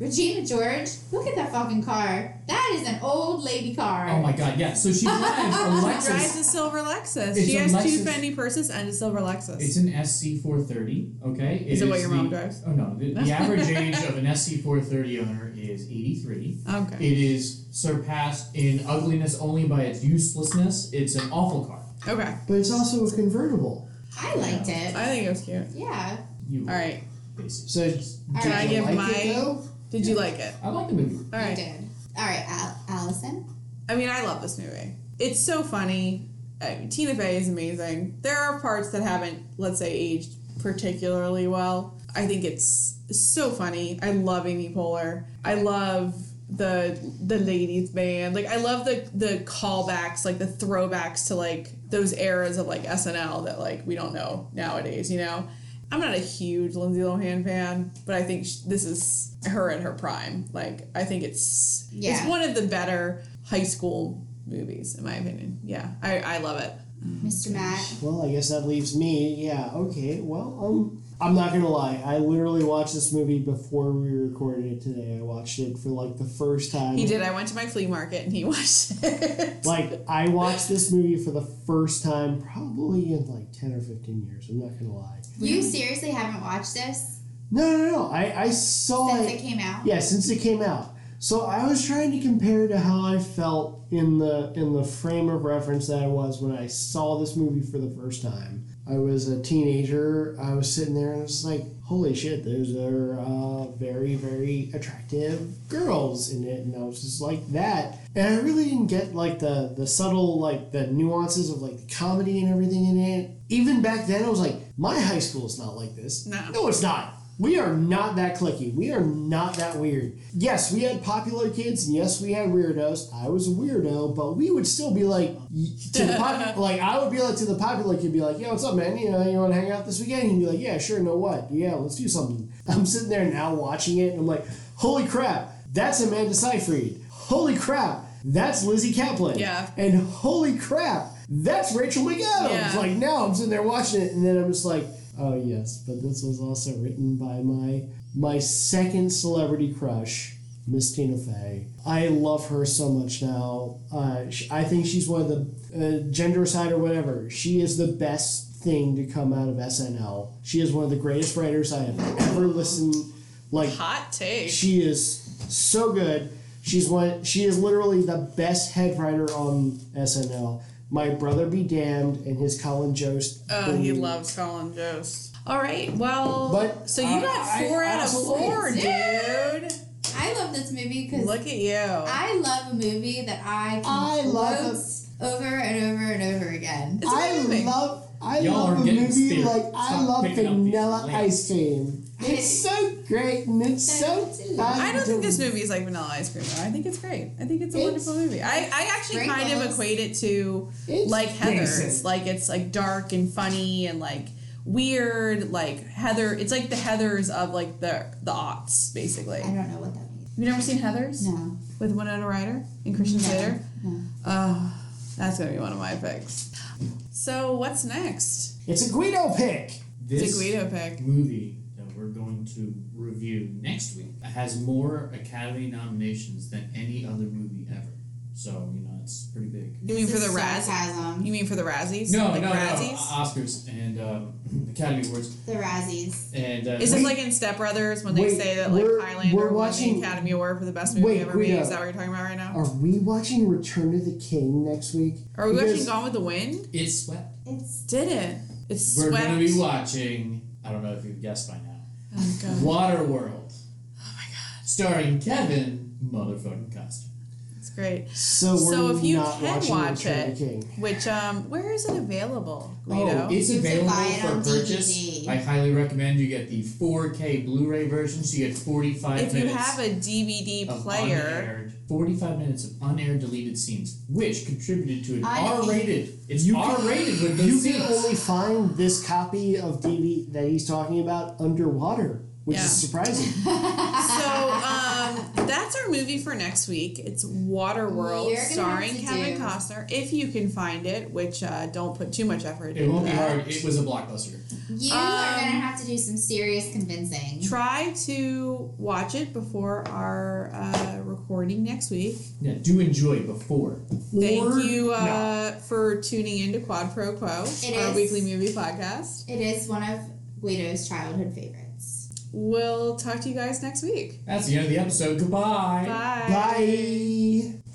A: "Regina George, look at that fucking car. That is an old lady car."
B: Oh my god, yeah. So she drives a Lexus.
C: Drives a silver Lexus.
B: It's
C: she
B: a
C: has two
B: Lexus.
C: Fendi purses and a silver Lexus.
B: It's an SC430, okay?
C: Is it what your
B: the-
C: mom drives?
B: Oh, no. The, the average age of an SC430 owner is 83.
C: okay.
B: It is surpassed in ugliness only by its uselessness. It's an awful car.
C: Okay.
D: But it's also a convertible.
A: I liked it.
C: I think it was cute.
A: Yeah.
B: You
C: All right.
B: Basically.
D: So did
A: Can I
D: you
C: give
D: like
C: my-
D: it though?
C: Did you like it?
B: I like the movie.
C: All
A: I
C: right.
A: did. All right, Al- Allison.
C: I mean, I love this movie. It's so funny. Uh, Tina Fey is amazing. There are parts that haven't, let's say, aged particularly well. I think it's so funny. I love Amy Poehler. I love the the ladies band. Like I love the the callbacks, like the throwbacks to like those eras of like SNL that like we don't know nowadays. You know, I'm not a huge Lindsay Lohan fan, but I think sh- this is her at her prime. Like I think it's it's
A: Yeah.
C: one of the better high school movies in my opinion. Yeah, I, I love it.
A: Mr. Matt.
D: Well, I guess that leaves me. Yeah, okay. Well, um, I'm not going to lie. I literally watched this movie before we recorded it today. I watched it for like the first time.
C: He did. I went to my flea market and he watched it.
D: Like, I watched this movie for the first time probably in like 10 or 15 years. I'm not going to lie.
A: You seriously haven't watched this
D: No, no, no. I, I saw
A: since
D: it.
A: it came out?
D: Yeah, since it came out. So I was trying to compare to how I felt in the in the frame of reference that I was when I saw this movie for the first time. I was a teenager. I was sitting there and I was like, "Holy shit! Those are uh, very very attractive girls in it," and I was just like that. And I really didn't get like the the subtle like the nuances of like the comedy and everything in it. Even back then, I was like, "My high school is not like this.
C: No.
D: no, it's not." We are not that clicky. We are not that weird. Yes, we had popular kids, and yes, we had weirdos. I was a weirdo, but we would still be like y- to the pop- like I would be like to the popular kid, be like, "Yo, what's up, man? You know, you want to hang out this weekend?" He'd be like, "Yeah, sure. No what? Yeah, let's do something." I'm sitting there now watching it, and I'm like, "Holy crap, that's Amanda Seyfried. Holy crap, that's Lizzie Kaplan.
C: Yeah.
D: and holy crap." That's Rachel McAdams.
C: Yeah.
D: Like now, I'm sitting there watching it, and then I'm just like, Oh yes, but this was also written by my my second celebrity crush, Miss Tina Fey. I love her so much now. Uh, sh- I think she's one of the uh, gender aside or whatever. She is the best thing to come out of SNL. She is one of the greatest writers I have ever listened. Like
C: Hot take.
D: she is so good. She's one. She is literally the best head writer on SNL. My brother be damned, and his Colin Jost.
C: Oh, he
D: thing.
C: loves Colin Jost. All right, well,
D: But
C: so you
B: I-
C: got
B: I
C: four out of
B: absolutely-
C: four, dude.
A: I love this movie because
C: Look at you.
A: I love a movie that I can
D: I love
A: gloat over and over and over again.
C: It's a
D: I
C: great movie.
D: love I
B: Y'all
D: love
B: are
D: a
B: getting
D: movie
B: spirit.
D: like I
B: Stop
D: love
B: picking up these
D: vanilla
B: lamps.
D: ice cream. It's so great and it's so fun.
C: I don't think
D: to-
C: this movie is like vanilla ice cream though. I think it's great. I think it's a
D: It's-
C: wonderful movie. I, I actually
A: Great
C: kind
A: balance.
C: of equate it to
D: It's
C: like Heather's.
B: decent.
C: Like it's like dark and funny and like weird. Like Heather, it's like the Heather's of like the the aughts basically.
A: I don't know what that means.
C: You've never seen Heather's
A: No.
C: with Winona Ryder and Christian Slater. Uh, that's gonna be one of my picks. So what's next?
D: It's a Guido pick.
C: It's
B: This
C: a Guido pick.
B: movie that we're going to review next week has more Academy nominations than any other movie ever. So you know it's pretty big.
C: You mean for the Razzies?
A: Sarcasm.
C: You mean for the Razzies?
B: No,
C: like
B: no,
C: Razzies?
B: no. O- Oscars and um, Academy Awards
A: The Razzies.
B: and uh,
C: Is this like in Step Brothers when they
D: Wait,
C: say that like
D: we're-
C: Highlander
D: we're
C: won
D: watching-
C: the Academy Award for the best movie
D: Wait,
C: ever made?
D: Guido.
C: Is that what you're talking about right now?
D: Are we watching Return of the King next week?
C: Are we
D: Because
C: watching Gone with the Wind?
B: It swept.
A: It's
C: Did it? It's
B: We're
C: swept.
B: gonna be watching. I don't know if you've guessed by now.
C: oh, God.
B: Waterworld. Oh my god. Starring Kevin motherfucking Costner.
C: It's great.
D: So we're
C: So if you
D: not
C: can
D: watching
C: watch
D: Return
C: it,
D: of the King.
C: which um, where is it available? Guido?
B: Oh, it's
A: You have to
B: available
A: buy it
B: for
A: on
B: purchase.
A: DVD.
B: I highly recommend you get the 4K Blu-ray version, so you get 45
C: if you
B: minutes
C: have a DVD
B: of
C: player,
B: unaired, 45 minutes of unaired deleted scenes, which contributed to an
A: I-
B: R-rated. It's
D: You can-
B: R-rated with those
D: You
B: scenes.
D: can only find this copy of DV that he's talking about underwater, which
C: Yeah.
D: is surprising.
C: so um, that's our movie for next week. It's Waterworld,
A: You're gonna have
C: starring
A: to
C: Kevin
A: do-
C: Costner. If you can find it, which uh, don't put too much effort.
B: It
C: into
B: won't be
C: that.
B: hard. It was a blockbuster.
A: you are
C: Um,
A: gonna have to do some serious convincing.
C: try to watch it before our uh, recording next week.
B: Yeah, do enjoy before.
C: Thank
B: Or-
C: you uh, for tuning in to Quad Pro Quo, our
A: It is.
C: weekly movie podcast.
A: It is one of Guido's childhood favorites.
C: We'll talk to you guys next week.
B: That's the end of the episode. Goodbye.
C: Bye.
D: Bye.